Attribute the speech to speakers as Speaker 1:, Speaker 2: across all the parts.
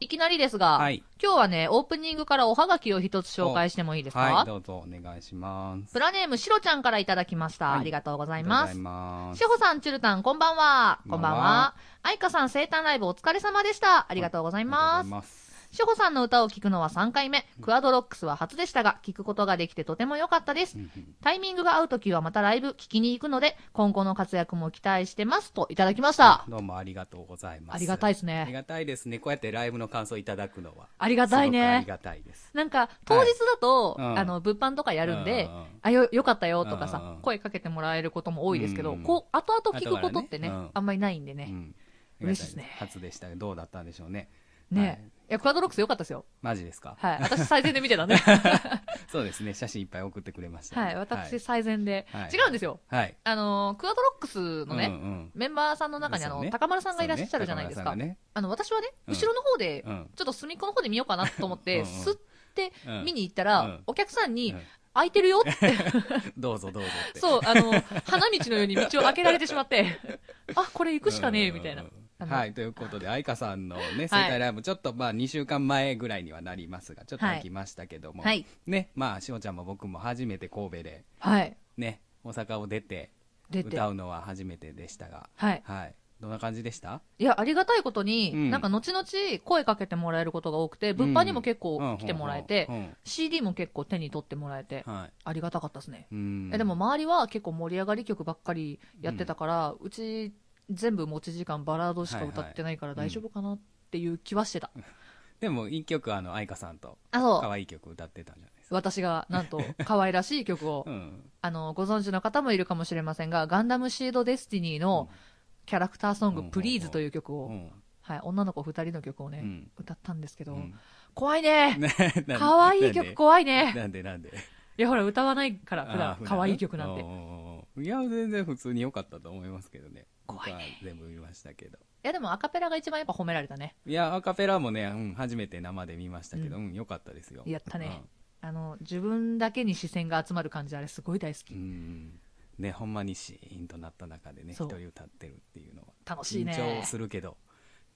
Speaker 1: きなりですが、
Speaker 2: はい
Speaker 1: 今日はね、オープニングからおはがきを一つ紹介してもいいですか、
Speaker 2: はい、どうぞお願いします。
Speaker 1: プラネームしろちゃんからいただきました。
Speaker 2: はい
Speaker 1: ありがとうござ
Speaker 2: あ
Speaker 1: い
Speaker 2: りがとう
Speaker 1: ま
Speaker 2: ござ
Speaker 1: す
Speaker 2: い。ま
Speaker 1: しほさん、ちゅるたん、こんばんは。
Speaker 2: こ
Speaker 1: こ
Speaker 2: ん
Speaker 1: ん
Speaker 2: ば
Speaker 1: ばん
Speaker 2: んは
Speaker 1: は。あいかさん生誕ライブお疲れ様でした。ありがとうございます。
Speaker 2: す。
Speaker 1: しほさんの歌を聴くのは3回目。クアドロックスは初でしたが、聴くことができてとても良かったです
Speaker 2: う。んうん
Speaker 1: タイミングが合うときはまたライブ聴きに行くので、今後の活躍も期待してます。といただきました。
Speaker 2: どうもありがとうございます。
Speaker 1: ありがたい
Speaker 2: で
Speaker 1: です
Speaker 2: ね。あ
Speaker 1: ね。
Speaker 2: りがたいですね。こうやってライブの感想いただくのは。
Speaker 1: ありがたい
Speaker 2: すごくあり
Speaker 1: ね。
Speaker 2: がたいです。
Speaker 1: なんか、当日だと、
Speaker 2: はいうん
Speaker 1: あの、物販とかやるんで、
Speaker 2: うんうん
Speaker 1: あ、よ、よかったよとか
Speaker 2: うんう
Speaker 1: さ
Speaker 2: ん、
Speaker 1: 声かけてもらえることも多いですけ
Speaker 2: う
Speaker 1: ど、
Speaker 2: んうん
Speaker 1: こう、後々聞くことってね、
Speaker 2: 後からねうん
Speaker 1: あんまりないんで
Speaker 2: う
Speaker 1: ね。
Speaker 2: ん
Speaker 1: 嬉しいですね
Speaker 2: ありがた初でしたが、どうだったんでしょうね。
Speaker 1: ね、
Speaker 2: はい
Speaker 1: い、や、クアドロックス良かったですよ。
Speaker 2: マジですか
Speaker 1: はい。私最善で見てたね。
Speaker 2: そうですね。写真いっぱい送ってくれましたね。
Speaker 1: はい。私最善で、
Speaker 2: はい
Speaker 1: 違うんですよ。
Speaker 2: はい。
Speaker 1: あのークアドロックスのね、
Speaker 2: うんうん
Speaker 1: メンバーさんの中にあ
Speaker 2: そ
Speaker 1: の、
Speaker 2: うね
Speaker 1: 高丸さんがいらっしゃるじゃないですか。
Speaker 2: そうね
Speaker 1: あの、私はね、
Speaker 2: うん
Speaker 1: 後ろの方で、
Speaker 2: 高村さんがね
Speaker 1: ちょっと隅っこの方で見ようかなと思っ
Speaker 2: うん
Speaker 1: て、
Speaker 2: うん
Speaker 1: すって
Speaker 2: うん
Speaker 1: 見に行ったら、
Speaker 2: うん
Speaker 1: お客さんに、
Speaker 2: うん
Speaker 1: 空いてるよって、
Speaker 2: うんどうぞどうぞって。
Speaker 1: そう、あの、花道のように道を開けられてしまって、 あ、これ行くしかねえ、みたいな
Speaker 2: うんうんうん。
Speaker 1: あの
Speaker 2: はい、ということで、愛花さんのね、生態ライブ、ちょっとまあ2週間前ぐらいにはなりますが、ちょっと
Speaker 1: はい
Speaker 2: 行きましたけども、
Speaker 1: はい
Speaker 2: ね、まあ、しおちゃんも僕も初めて神戸で、
Speaker 1: はい。
Speaker 2: ね、大阪を出て、
Speaker 1: 出て
Speaker 2: 歌。うのは初めてでしたが、
Speaker 1: はい。
Speaker 2: はい、どんな感じでした
Speaker 1: いや、ありがたいことに、
Speaker 2: うん
Speaker 1: なんか後々声かけてもらえることが多くて、物販にも結構来てもらえて
Speaker 2: うん、うんうん
Speaker 1: CD も結構手に取ってもらえて、
Speaker 2: はい。
Speaker 1: ありがたかったですね。
Speaker 2: うん
Speaker 1: えでも周りは結構盛り上がり曲ばっかりやってたから、うち全部持ち時間バラードしか歌ってないから
Speaker 2: はいはい
Speaker 1: 大丈夫かなっていう気はしてた。
Speaker 2: でも、一曲、あの、愛花さんと、
Speaker 1: あ、そ
Speaker 2: 可
Speaker 1: う。
Speaker 2: 愛い曲歌ってたんじゃないですか。
Speaker 1: 私がなん と可愛らしい曲を、
Speaker 2: うん。
Speaker 1: あの、ご存知の方もいるかもしれませんが、ガンダムシードデスティニーのキャラクターソング
Speaker 2: うん
Speaker 1: プリーズという曲
Speaker 2: う
Speaker 1: を、
Speaker 2: ん。
Speaker 1: はい、女の子二人の曲を
Speaker 2: う
Speaker 1: ね、
Speaker 2: ん。
Speaker 1: 歌ったんですけ
Speaker 2: う
Speaker 1: ど、
Speaker 2: ん
Speaker 1: 怖いね。
Speaker 2: ねなん
Speaker 1: 可愛い曲怖いね。
Speaker 2: なんでなんで
Speaker 1: いや、ほら、歌わないから、普
Speaker 2: あー
Speaker 1: 段
Speaker 2: 普、段
Speaker 1: 可愛い曲なん
Speaker 2: お
Speaker 1: て
Speaker 2: う。おうおういや全然普通に良かったと思いますけどね
Speaker 1: 怖いね
Speaker 2: 僕は全部見ましたけど
Speaker 1: いや、でもアカペラが一番やっぱ褒められたね。
Speaker 2: いやアカペラもね、うん、初めて生で見ましたけど、う
Speaker 1: うん
Speaker 2: 良かったですよ
Speaker 1: やったね。あの、自分だけに視線が集まる感じ、あれすごい大好
Speaker 2: う
Speaker 1: き
Speaker 2: ん、う。んねほんまにシーンとなった中でね一
Speaker 1: そう
Speaker 2: 人歌ってるっていうのは
Speaker 1: 楽しい
Speaker 2: 緊
Speaker 1: ね。
Speaker 2: 張するけど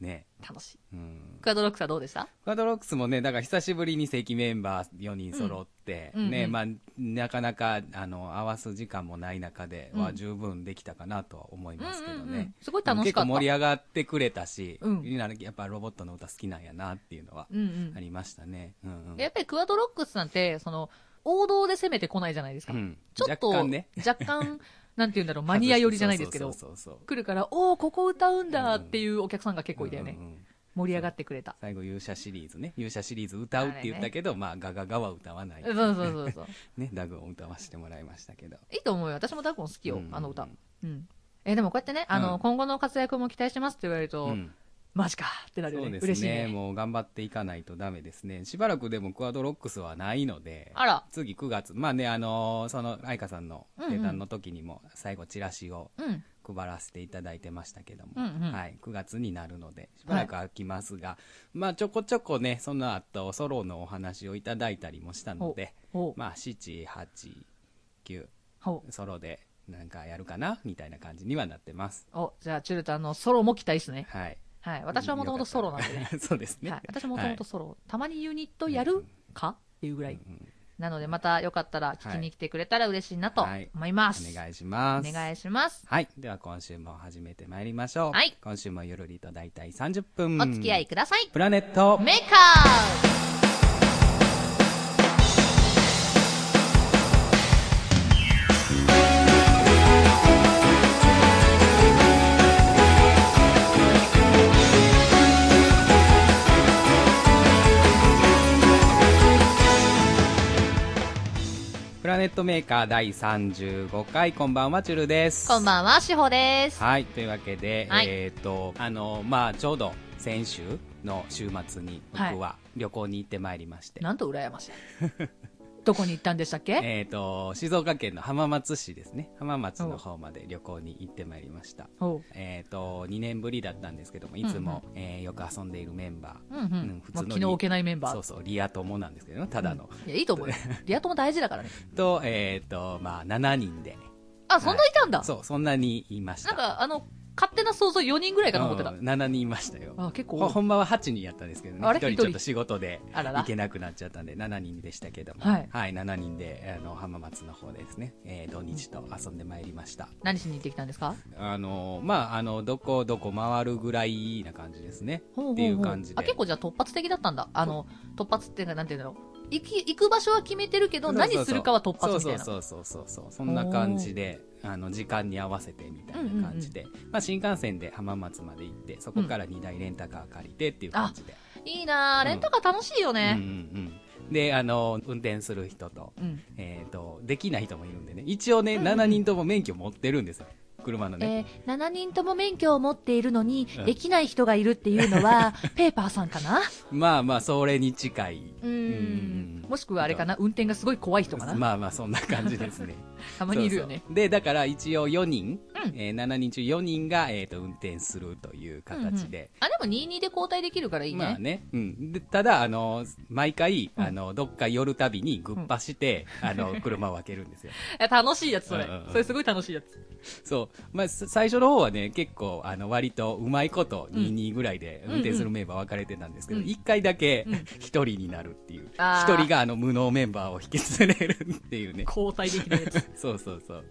Speaker 2: ね
Speaker 1: 楽しい。
Speaker 2: うん
Speaker 1: クアドロックスはどうでした
Speaker 2: クアドロックスもね、だから久しぶりに正規メンバー4人揃って、
Speaker 1: うんうん
Speaker 2: ね、
Speaker 1: うん
Speaker 2: まあ、なかなか、あの、合わす時間もない中では
Speaker 1: うん
Speaker 2: 十分できたかなとは思いますけどね。
Speaker 1: うんうんうんすごい楽しかった
Speaker 2: 結構盛り上がってくれたし、
Speaker 1: うん
Speaker 2: みんなやっぱロボットの歌好きなんやなっていうのは
Speaker 1: うんう
Speaker 2: あ
Speaker 1: ん。
Speaker 2: りましたね。うんうん。
Speaker 1: やっぱりクアドロックスなんて、その、王道で攻めてこないじゃないですか。
Speaker 2: うん
Speaker 1: ちょっと、
Speaker 2: 若干ね。
Speaker 1: 若 干、なんて言うんだろう、マニア寄りじゃないですけど、
Speaker 2: そうそうそうそう
Speaker 1: 来るから、おおここ歌うんだっていうお客さんが結構いたよね
Speaker 2: うん。うんうん
Speaker 1: 盛り上がってくれた。
Speaker 2: 最後、勇者シリーズね。勇者シリーズ歌うって言ったけど、まあ、ガガガは歌わない。
Speaker 1: そうそうそうそう。
Speaker 2: ね、ダグを歌わせてもらいましたけど。
Speaker 1: いいと思うよ。私もダコン好きよ、
Speaker 2: うん
Speaker 1: あの歌。うん。えーでもこうやってね、あの、
Speaker 2: うん
Speaker 1: 今後の活躍も期待してますって言われると、
Speaker 2: うん
Speaker 1: マジかってなるよ
Speaker 2: そう
Speaker 1: ね。
Speaker 2: ですね
Speaker 1: 嬉しいね。
Speaker 2: もう頑張っていかないとダメですねしばらくでもクアドロックスはないので
Speaker 1: あら。
Speaker 2: 次9月まあねあのーその愛花さんの
Speaker 1: うんうん
Speaker 2: 生誕の時にも最後チラシを
Speaker 1: うん。
Speaker 2: 配らせていただいてましたけども、
Speaker 1: うんうん
Speaker 2: はい、9月になるのでしばらく空きますが、まあちょこちょこねその後ソロのお話をいただいたりもしたので
Speaker 1: ほう。
Speaker 2: まあ789
Speaker 1: ほう。
Speaker 2: ソロでなんかやるかなみたいな感じにはなってます
Speaker 1: お、じゃあ、チュルタンのソロも期待ですね。
Speaker 2: はい
Speaker 1: はい。私はもともとソロなんで
Speaker 2: よ
Speaker 1: ね。
Speaker 2: かったそう ですね、
Speaker 1: はい。私もともとソロ。たまにユニットやるかっていうぐらい。
Speaker 2: うんうん
Speaker 1: なので、またよかったら聞きに来てくれたら嬉しいなと
Speaker 2: はい
Speaker 1: 思います。
Speaker 2: お願いします
Speaker 1: お願いします。
Speaker 2: はい。では今週も始めてまいりましょう。
Speaker 1: はい
Speaker 2: 今週もゆるりと大体30分。
Speaker 1: お付き合い。ください。
Speaker 2: プラネット。
Speaker 1: メーカー
Speaker 2: プラネットメーカー第35回。こんばんは、ちゅるです。
Speaker 1: こんばんは、しほです。
Speaker 2: はい。というわけで、
Speaker 1: はい
Speaker 2: えっ、と、あの、まあ、ちょうど先週の週末に
Speaker 1: はい
Speaker 2: 僕は旅行に行ってまいりまして。
Speaker 1: なんと羨ましい。どこに行ったんでしたっけ
Speaker 2: えっ、と、静岡県の浜松市ですね。浜松の方まで旅行に行ってまいりました。
Speaker 1: おう。
Speaker 2: えっ、と、2年ぶりだったんですけども、いつも、えーよく遊んでいるメンバー。
Speaker 1: うんうん。
Speaker 2: うん普通
Speaker 1: まあ
Speaker 2: の
Speaker 1: 気の置けないメンバー。
Speaker 2: そうそう、リア友なんですけどね、ただの。
Speaker 1: いや、いいと思うよ。 リア友大事だからね。
Speaker 2: と、えっ、と、まあ、7人で。
Speaker 1: あ、そんないたんだ。
Speaker 2: そう、そんなにいました。
Speaker 1: なんか、あの、勝手な想像4人ぐらいかと思ってた。
Speaker 2: うん7人いましたよ
Speaker 1: あ結構
Speaker 2: ほほんまは8人やったんですけどね
Speaker 1: あ
Speaker 2: 1
Speaker 1: れ
Speaker 2: 人
Speaker 1: 一人
Speaker 2: ちょっと仕事で
Speaker 1: あら
Speaker 2: 行
Speaker 1: ら。
Speaker 2: けなくなっちゃったんで7人でしたけども
Speaker 1: はい
Speaker 2: 7人であの浜松の方でですね、えー土日と遊んでまいりました、
Speaker 1: 何しに行ってきたんですか
Speaker 2: あのまああのどこどこ回るぐらいな感じですね
Speaker 1: ほうほうほう
Speaker 2: っていう感じで
Speaker 1: あ、結構じゃあ突発的だったんだ。あの、突発っていうか、なんていうんだろう。行き、行く場所は決めてるけど、何するかは突発みたいな。
Speaker 2: そうそうそうそうそうそうそんな感じであの時間に合わせてみたいな感じで、まあ、新幹線で浜松まで行ってそこから2台レンタカー借りてっていう感じで、
Speaker 1: いいな
Speaker 2: う
Speaker 1: ぁ、
Speaker 2: ん
Speaker 1: レンタカー楽しいよ
Speaker 2: うん
Speaker 1: ね。
Speaker 2: うんうんであの運転する人と,、
Speaker 1: うん。
Speaker 2: えー、とできない人もいるんでね一応ね、
Speaker 1: うんうん
Speaker 2: 7人とも免許持ってるんですよ車のね、
Speaker 1: えー、7人とも免許を持っているのに、
Speaker 2: うん
Speaker 1: できない人がいるっていうの は、ペーパーさんかな
Speaker 2: まあまあそれに近い、
Speaker 1: う
Speaker 2: うん
Speaker 1: ん。もしくはあれかな、運転がすごい怖い人かな。
Speaker 2: まあまあそんな感じですね
Speaker 1: たまにいるよね。
Speaker 2: そうそうでだから一応4人、
Speaker 1: うん
Speaker 2: えー7人中4人が、えー、と運転するという形で、
Speaker 1: あ、でも22で交代できるからいいね。
Speaker 2: まあね、うん、でただあの毎回、
Speaker 1: うん
Speaker 2: あのどっか寄るたびにグッパして、 あの車を開けるんですよ
Speaker 1: え楽しいやつ、それ
Speaker 2: うんうんうん。
Speaker 1: それすごい楽しいやつ。
Speaker 2: そう、まあ、さ最初の方はね結構あの割とうまいこと
Speaker 1: うん
Speaker 2: 22ぐらいで運転するメンバー分かれてたんですけど、
Speaker 1: うん
Speaker 2: 1回だけ
Speaker 1: うん
Speaker 2: 一人になるっていう、一
Speaker 1: あー
Speaker 2: 人があの無能メンバーを引き連れるっていうね
Speaker 1: 交代できないや つ。
Speaker 2: そうそうそう。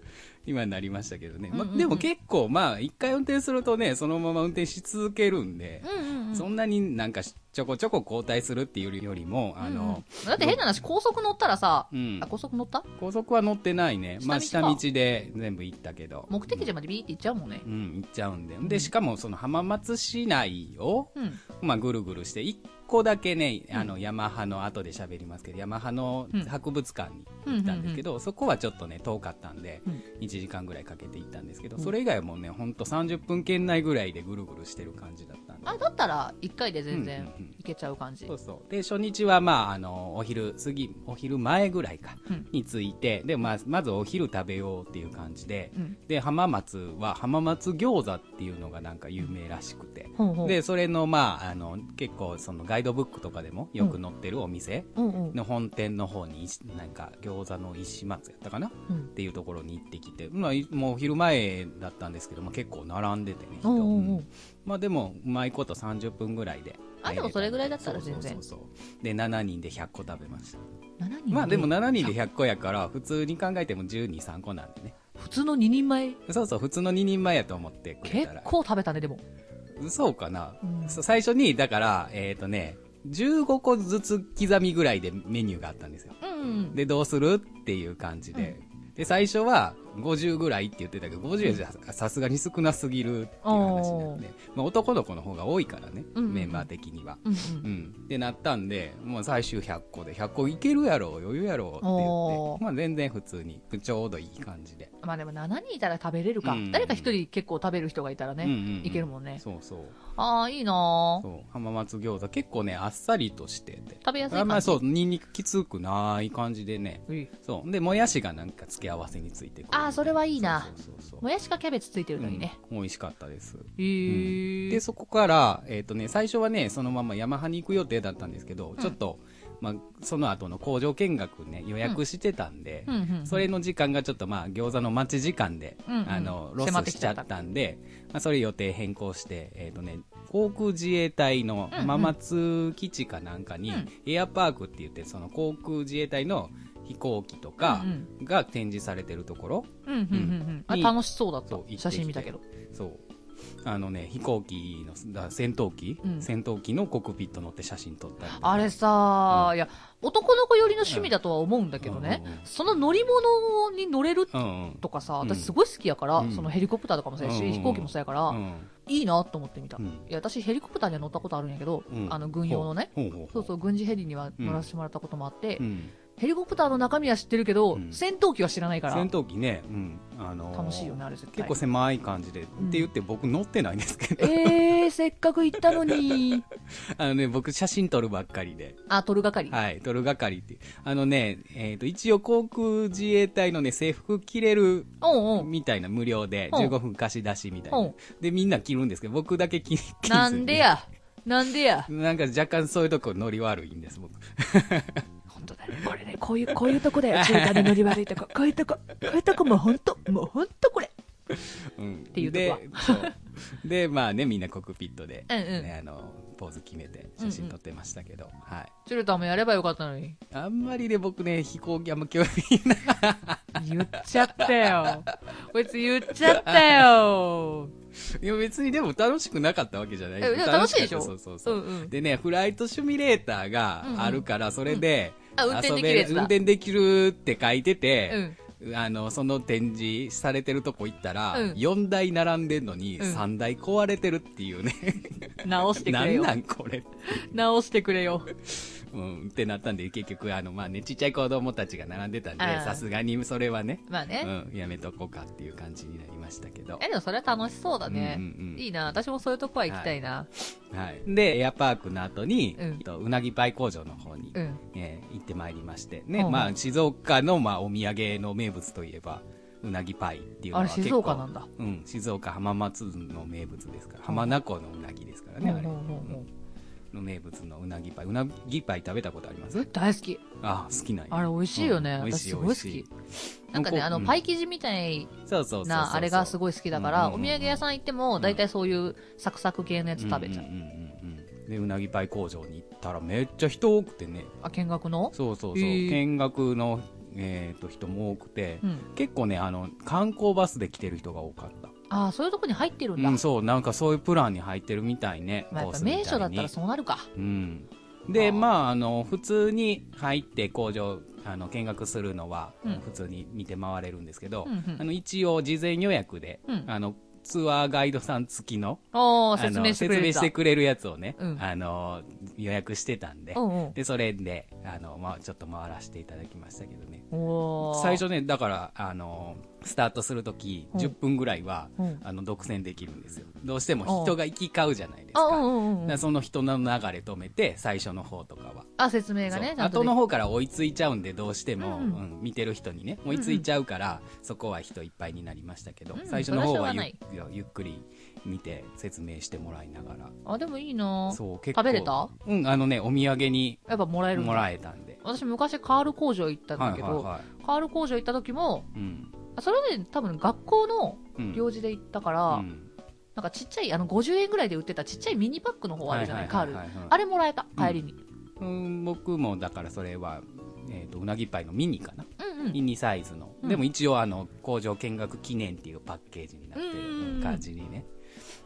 Speaker 2: 今になりましたけどね。
Speaker 1: うんうん
Speaker 2: ま
Speaker 1: うん
Speaker 2: でも結構、まあ、一回運転するとね、そのまま運転し続けるんで、
Speaker 1: うんうんうん。
Speaker 2: そんなになんかしちょこちょこ交代するっていうよりも、あの、
Speaker 1: うんだって変な話、高速乗ったらさ、
Speaker 2: うん
Speaker 1: あ、高速乗った
Speaker 2: 高速は乗ってないね。まあ、
Speaker 1: 下
Speaker 2: 下道
Speaker 1: 道か
Speaker 2: で全部行ったけど。
Speaker 1: 目的地までビーって行っちゃうもんね
Speaker 2: う。ん、行っちゃうんで。
Speaker 1: ん
Speaker 2: で、しかもその浜松市内を、
Speaker 1: うん。
Speaker 2: まあ、ぐるぐるして、一個だけね、あの、ヤマハの後で喋りますけど、ヤマハの
Speaker 1: うん
Speaker 2: 博物館に行ったんですけど、そこはちょっとね、遠かったんで、
Speaker 1: うん
Speaker 2: 1時間ぐらいかけて行ったんですけど、
Speaker 1: うん
Speaker 2: それ以外はもうね、ほんと30分圏内ぐらいでぐるぐるしてる感じだったんで。
Speaker 1: あ、だったら、1回で全
Speaker 2: うん
Speaker 1: 然
Speaker 2: うんうん
Speaker 1: 行けちゃう感じ。
Speaker 2: そうそう。で、初日はまあ、あの、お昼過ぎ、お昼前ぐらいか、
Speaker 1: うん
Speaker 2: に着いて、で、まあ、まずお昼食べようっていう感じで、
Speaker 1: うん。
Speaker 2: で、浜松は浜松餃子っていうのがなんか有名らしくて、
Speaker 1: ほうほう。
Speaker 2: で、それの、まあ、あの、結構、そのガイドブックとかでもよく載ってるお店
Speaker 1: うんうん。
Speaker 2: の本店の方に、いしなんか、餃子の石松やったかな
Speaker 1: うん
Speaker 2: っていうところに行ってきて、まあ、いもうお昼前だったんですけども結構並んでてね人
Speaker 1: おうおうおう
Speaker 2: うんまあ、でもうまいこと30分ぐらいで
Speaker 1: あでもそれぐらいだったら全然
Speaker 2: そうそうそうそうで7人で100個食べました
Speaker 1: 7人
Speaker 2: まあでも7人で100個やから普通に考えても123個なんでね
Speaker 1: 普通の2人前
Speaker 2: そうそう普通の2人前やと思ってくれ
Speaker 1: 結
Speaker 2: たら
Speaker 1: 構食べたねでも
Speaker 2: そうかな、
Speaker 1: うん
Speaker 2: そう最初にだからえっ、とね15個ずつ刻みぐらいでメニューがあったんですよ
Speaker 1: うんうん
Speaker 2: で、どうするっていう感じで。で、最初は50ぐらいって言ってたけど、50じゃささすがに少なすぎるっていう話になって、まあ、男の子の方が多いからね、
Speaker 1: うんうん
Speaker 2: メンバー的には。
Speaker 1: うんうん
Speaker 2: うん。ってなったんで、もう最終100個で、100個いけるやろ、余裕やろって言っ
Speaker 1: お
Speaker 2: て、まあ全然普通に、ちょうどいい感じで。
Speaker 1: まあでも7人いたら食べれるか
Speaker 2: うん
Speaker 1: 誰か1人結構食べる人がいたら
Speaker 2: うんう
Speaker 1: ね
Speaker 2: んうん
Speaker 1: いけるもんね
Speaker 2: そうそう。
Speaker 1: ああいいなー
Speaker 2: そう浜松餃子結構ね、あっさりとしてて。
Speaker 1: 食べやすい
Speaker 2: あんま
Speaker 1: 感
Speaker 2: あ
Speaker 1: じ
Speaker 2: そう、ニンニクきつくない感じでね。
Speaker 1: うん
Speaker 2: そう。で、もやしがなんか付け合わせについてくるみたいな
Speaker 1: あーそれはいいな
Speaker 2: そうそうそうそう
Speaker 1: もやしかキャベツついてるのにね
Speaker 2: うん美味しかったです。
Speaker 1: へー
Speaker 2: で、そこから、えっ、とね、最初はね、そのままヤマハに行く予定だったんですけど、ちょっと、まあ、その後の工場見学ね、予約してたんで、
Speaker 1: うんうん
Speaker 2: それの時間がちょっとまあ、餃子の待ち時間で、
Speaker 1: うんうん
Speaker 2: あの、ロ
Speaker 1: 迫っ
Speaker 2: ス
Speaker 1: て
Speaker 2: し
Speaker 1: き
Speaker 2: ち
Speaker 1: ち
Speaker 2: ゃ
Speaker 1: ゃ
Speaker 2: っ
Speaker 1: った
Speaker 2: たんで、まあ、それ予定変更して、えっ、とね、航空自衛隊の浜松基地かなんかに、
Speaker 1: うん
Speaker 2: エアパークって言って、その航空自衛隊の飛行機とか
Speaker 1: うん
Speaker 2: が展示されてるところ、
Speaker 1: うんうんうんうんあ
Speaker 2: に
Speaker 1: 楽しそうだっ
Speaker 2: そう行って
Speaker 1: た写
Speaker 2: きて
Speaker 1: 真見たけど
Speaker 2: そうあのね飛行機のだ戦闘機、
Speaker 1: うん
Speaker 2: 戦闘機のコックピット乗って写真撮ったりとか
Speaker 1: あれさーいや男の子寄りの趣味だとは思うんだけどね
Speaker 2: うんうんうん
Speaker 1: その乗り物に乗れる
Speaker 2: うんうん
Speaker 1: とかさ、
Speaker 2: うん
Speaker 1: 私すごい好きやから、
Speaker 2: うん
Speaker 1: そのヘリコプターとかもそうやし、
Speaker 2: うん
Speaker 1: 飛行機もそうやから、
Speaker 2: うん
Speaker 1: いいなと思ってみた、
Speaker 2: うん
Speaker 1: いや私ヘリコプターには乗ったことあるんやけど、
Speaker 2: うん
Speaker 1: あの軍用のね
Speaker 2: ほうほうほう
Speaker 1: そうそう軍事ヘリには乗らせてもらったこともあって、
Speaker 2: うん
Speaker 1: ヘリコプターの中身は知ってるけど、
Speaker 2: うん
Speaker 1: 戦闘機は知らないから
Speaker 2: 戦闘機ね、うんあのー
Speaker 1: 楽しいよねあれ絶対
Speaker 2: 結構狭い感じ
Speaker 1: ん
Speaker 2: で、って言って僕乗ってないんですけど
Speaker 1: えー、せっかく行ったのに
Speaker 2: あのね僕写真撮るばっかりで
Speaker 1: あ撮る係、
Speaker 2: はい撮る係っていうあのねえっ、と一応航空自衛隊のね制服着れる
Speaker 1: おうんうん
Speaker 2: みたいな無料で
Speaker 1: うん
Speaker 2: 15分貸し出しみたいうなんでみんな着るんですけど僕だけ着着ずに
Speaker 1: なんでやなんでや
Speaker 2: なんか若干そういうとこ乗り悪いんです、僕。
Speaker 1: 本当だねこれね こういうこういうとこだよ中華で乗り悪いとここういうとここういうとこもう本当もう本当これ
Speaker 2: うん、
Speaker 1: ていうとこは
Speaker 2: でそうでまあねみんなコックピットで、
Speaker 1: うんうん
Speaker 2: ねあのポーズ決めて写真撮ってましたけど、はい
Speaker 1: チュルタもやればよかったのに。
Speaker 2: あんまりね僕ね飛行機あんま興味ない
Speaker 1: 言っちゃったよ。こいつ言っちゃった よ。
Speaker 2: いや別にでも楽しくなかったわけじゃない
Speaker 1: えでも楽しいでしょ
Speaker 2: 楽かったそうそうそう、
Speaker 1: うんうん
Speaker 2: でねフライトシミュレーターがあるからそれで、
Speaker 1: うんあ運転できるやつだ
Speaker 2: 遊べ運転できるって書いてて、
Speaker 1: う
Speaker 2: あのその展示されてるとこ行ったら、
Speaker 1: うん
Speaker 2: 4台並んでんのに
Speaker 1: うん
Speaker 2: 3台壊れてるっていうね、
Speaker 1: 直してく
Speaker 2: な
Speaker 1: れ
Speaker 2: ん
Speaker 1: よ。
Speaker 2: なんこれ、
Speaker 1: 直してくれよ。
Speaker 2: うん、ってなったんで結局あの、まあね、ちっちゃい子供たちが並んでたんで
Speaker 1: あー
Speaker 2: さすがにそれはね、
Speaker 1: まあ
Speaker 2: う
Speaker 1: ね。
Speaker 2: ん、やめとこうかっていう感じになりましたけど
Speaker 1: え、でもそれは楽しそうだね。
Speaker 2: うんうんうん
Speaker 1: いいな。私もそういうとこは行きたいな。
Speaker 2: はい、でエアパークの後に、
Speaker 1: うん
Speaker 2: えっとうなぎパイ工場の方に、
Speaker 1: うん。
Speaker 2: えー行ってまいりましてね、
Speaker 1: うん
Speaker 2: まあ、静岡の、まあ、お土産の名物といえばうなぎパイっていうの
Speaker 1: あ
Speaker 2: は
Speaker 1: れ
Speaker 2: 結
Speaker 1: 静
Speaker 2: 構
Speaker 1: 岡なんだ。
Speaker 2: うん、静岡浜松の名物ですから浜名湖のうなぎですからね、あれ、
Speaker 1: ほうほうほうほう
Speaker 2: の名物のうなぎパイうなぎパイ食べたことあります
Speaker 1: 大好き。
Speaker 2: あ好きなんや
Speaker 1: あれ美味しいよね。
Speaker 2: うん美
Speaker 1: 私
Speaker 2: 味しい
Speaker 1: すごい好き。なんかね、あの、パイ生地みたい
Speaker 2: そうそうそうそう
Speaker 1: なあれがす
Speaker 2: い
Speaker 1: ごい好きだか
Speaker 2: う
Speaker 1: ら、
Speaker 2: ん
Speaker 1: お土産屋さん行っても、大体そういうサクサク系のやつ食べちゃう。
Speaker 2: んうんうんうんでうなぎパイ工場に行ったらめっちゃ人多くてね
Speaker 1: あ、見学の
Speaker 2: そうそうそう、
Speaker 1: へー
Speaker 2: 見学の、えー、と人も多くて、
Speaker 1: うん。
Speaker 2: 結構ねあの観光バスで来てる人が多かった
Speaker 1: ああ、そういうとこに入ってるんだ。
Speaker 2: うん、そう、なんかそういうプランに入ってるみたいね。
Speaker 1: まあ、やっ
Speaker 2: コー
Speaker 1: ぱ
Speaker 2: スみいに
Speaker 1: 名所だったらそうなるか。
Speaker 2: うん。
Speaker 1: あ
Speaker 2: で、
Speaker 1: ー
Speaker 2: まあ、あの、普通に入って工場、あの、見学するのは、
Speaker 1: うん
Speaker 2: 普通に見て回れるんですけど、
Speaker 1: うんうん
Speaker 2: あの、一応、事前予約で、
Speaker 1: うん
Speaker 2: あの、ツアーガイドさん付きの、
Speaker 1: お
Speaker 2: あ
Speaker 1: ー、説
Speaker 2: の
Speaker 1: 明してくれる
Speaker 2: 説明してくれるやつをね、
Speaker 1: うん
Speaker 2: あの、予約してたんで、
Speaker 1: うん
Speaker 2: で、それで、あの、まあ、ちょっと回らせていただきましたけどね。
Speaker 1: うん。おー
Speaker 2: 最。初ね、だから、あの、スタートするとき、
Speaker 1: うん
Speaker 2: 10分ぐらいは、
Speaker 1: うん
Speaker 2: あの、独占できるんですよ。どうしても人が行き交うじゃないです
Speaker 1: あ、
Speaker 2: か。
Speaker 1: うんうんう
Speaker 2: だか
Speaker 1: ん
Speaker 2: ら。その人の流れ止めて、最初の方とかは。
Speaker 1: あ、説明が
Speaker 2: そ
Speaker 1: ね、
Speaker 2: う
Speaker 1: ちゃんと
Speaker 2: 後
Speaker 1: でき
Speaker 2: の方から追いついちゃうんで、どうしても、
Speaker 1: うん
Speaker 2: うん見てる人にね、追いついちゃうから、そこは人いっぱいになりましたけど、
Speaker 1: うん
Speaker 2: 最初の方は
Speaker 1: それ
Speaker 2: ゆ
Speaker 1: はし
Speaker 2: っゆっくり見て、説明してもらいながら。
Speaker 1: あ、でもいいな
Speaker 2: そう、結構。
Speaker 1: 食べれた
Speaker 2: うん、あのね、お土産に
Speaker 1: やっぱもらえるん
Speaker 2: も
Speaker 1: だ。
Speaker 2: らえたんで。
Speaker 1: 私昔カール工場行ったんだけど、
Speaker 2: は
Speaker 1: カール工場行った時も、
Speaker 2: い。うん。
Speaker 1: あそれで多分学校の
Speaker 2: うん
Speaker 1: 行事で行ったか
Speaker 2: う
Speaker 1: ら、
Speaker 2: ん
Speaker 1: なんかちっちゃい、あの50円ぐらいで売ってたちっちゃいミニパックの方あるじゃない、カール
Speaker 2: は。いはいはいはい
Speaker 1: あれもらえた、帰りに。
Speaker 2: うん、僕もだからそれは、えー、とうなぎパイのミニかな、
Speaker 1: うんうん。
Speaker 2: ミニサイズの、
Speaker 1: うん
Speaker 2: でも一応あの工場見学記念っていうパッケージになって
Speaker 1: うんうんう
Speaker 2: る
Speaker 1: ん
Speaker 2: 感じにね、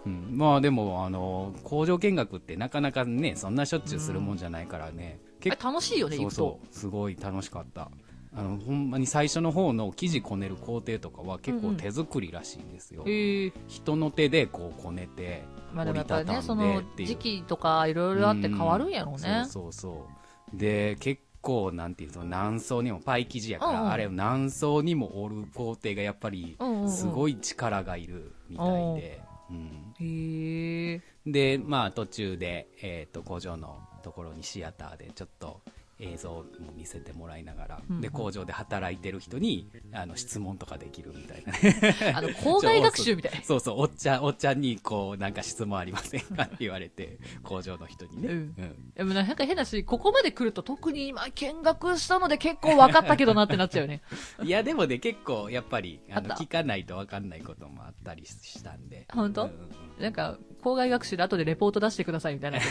Speaker 2: うん、まあでもあの工場見学ってなかなかねそんなしょっちゅうするもんじゃないからね、
Speaker 1: あれ
Speaker 2: 結
Speaker 1: 楽しいよ
Speaker 2: 構
Speaker 1: ね、
Speaker 2: そ
Speaker 1: 行
Speaker 2: う
Speaker 1: くと
Speaker 2: そ。うすごい楽しかったあのほんまに最初の方の生地こねる工程とかは結
Speaker 1: うん
Speaker 2: 構
Speaker 1: うん
Speaker 2: 手作りらしいんですよ、
Speaker 1: へえ。
Speaker 2: 人の手でこうこねて
Speaker 1: まあでもやっぱりね、
Speaker 2: 折り
Speaker 1: そ
Speaker 2: たたんで
Speaker 1: の
Speaker 2: っていう
Speaker 1: 時期とかいろいろあって変わるんやろうね。
Speaker 2: そうそうそうで結構なんていうの何層にもパイ生地やから、
Speaker 1: うんうん
Speaker 2: あれを何層にも折る工程がやっぱり
Speaker 1: うんうんうん
Speaker 2: すごい力がいるみたいで、うん
Speaker 1: へ え。
Speaker 2: でまあ途中で、えー、と工場のところにシアターでちょっと映像も見せてもらいながら、
Speaker 1: うんうん
Speaker 2: で工場で働いてる人にあの質問とかできるみたいなね
Speaker 1: あの、校外学習みたい。
Speaker 2: そうそう、おっちゃん、おっちゃんに、こう、なんか質問ありませんかって言われて、工場の人にね。
Speaker 1: うんでもなんか変だし、ここまで来ると特に今見学したので結構分かったけどなってなっちゃうよね。
Speaker 2: うんいや、でもね、結構、やっぱり、あの
Speaker 1: あった
Speaker 2: 聞かないとわかんないこともあったりしたんで。
Speaker 1: ほんと
Speaker 2: うんうんうん
Speaker 1: なんか、校外学習で後でレポート出してくださいみたい な。う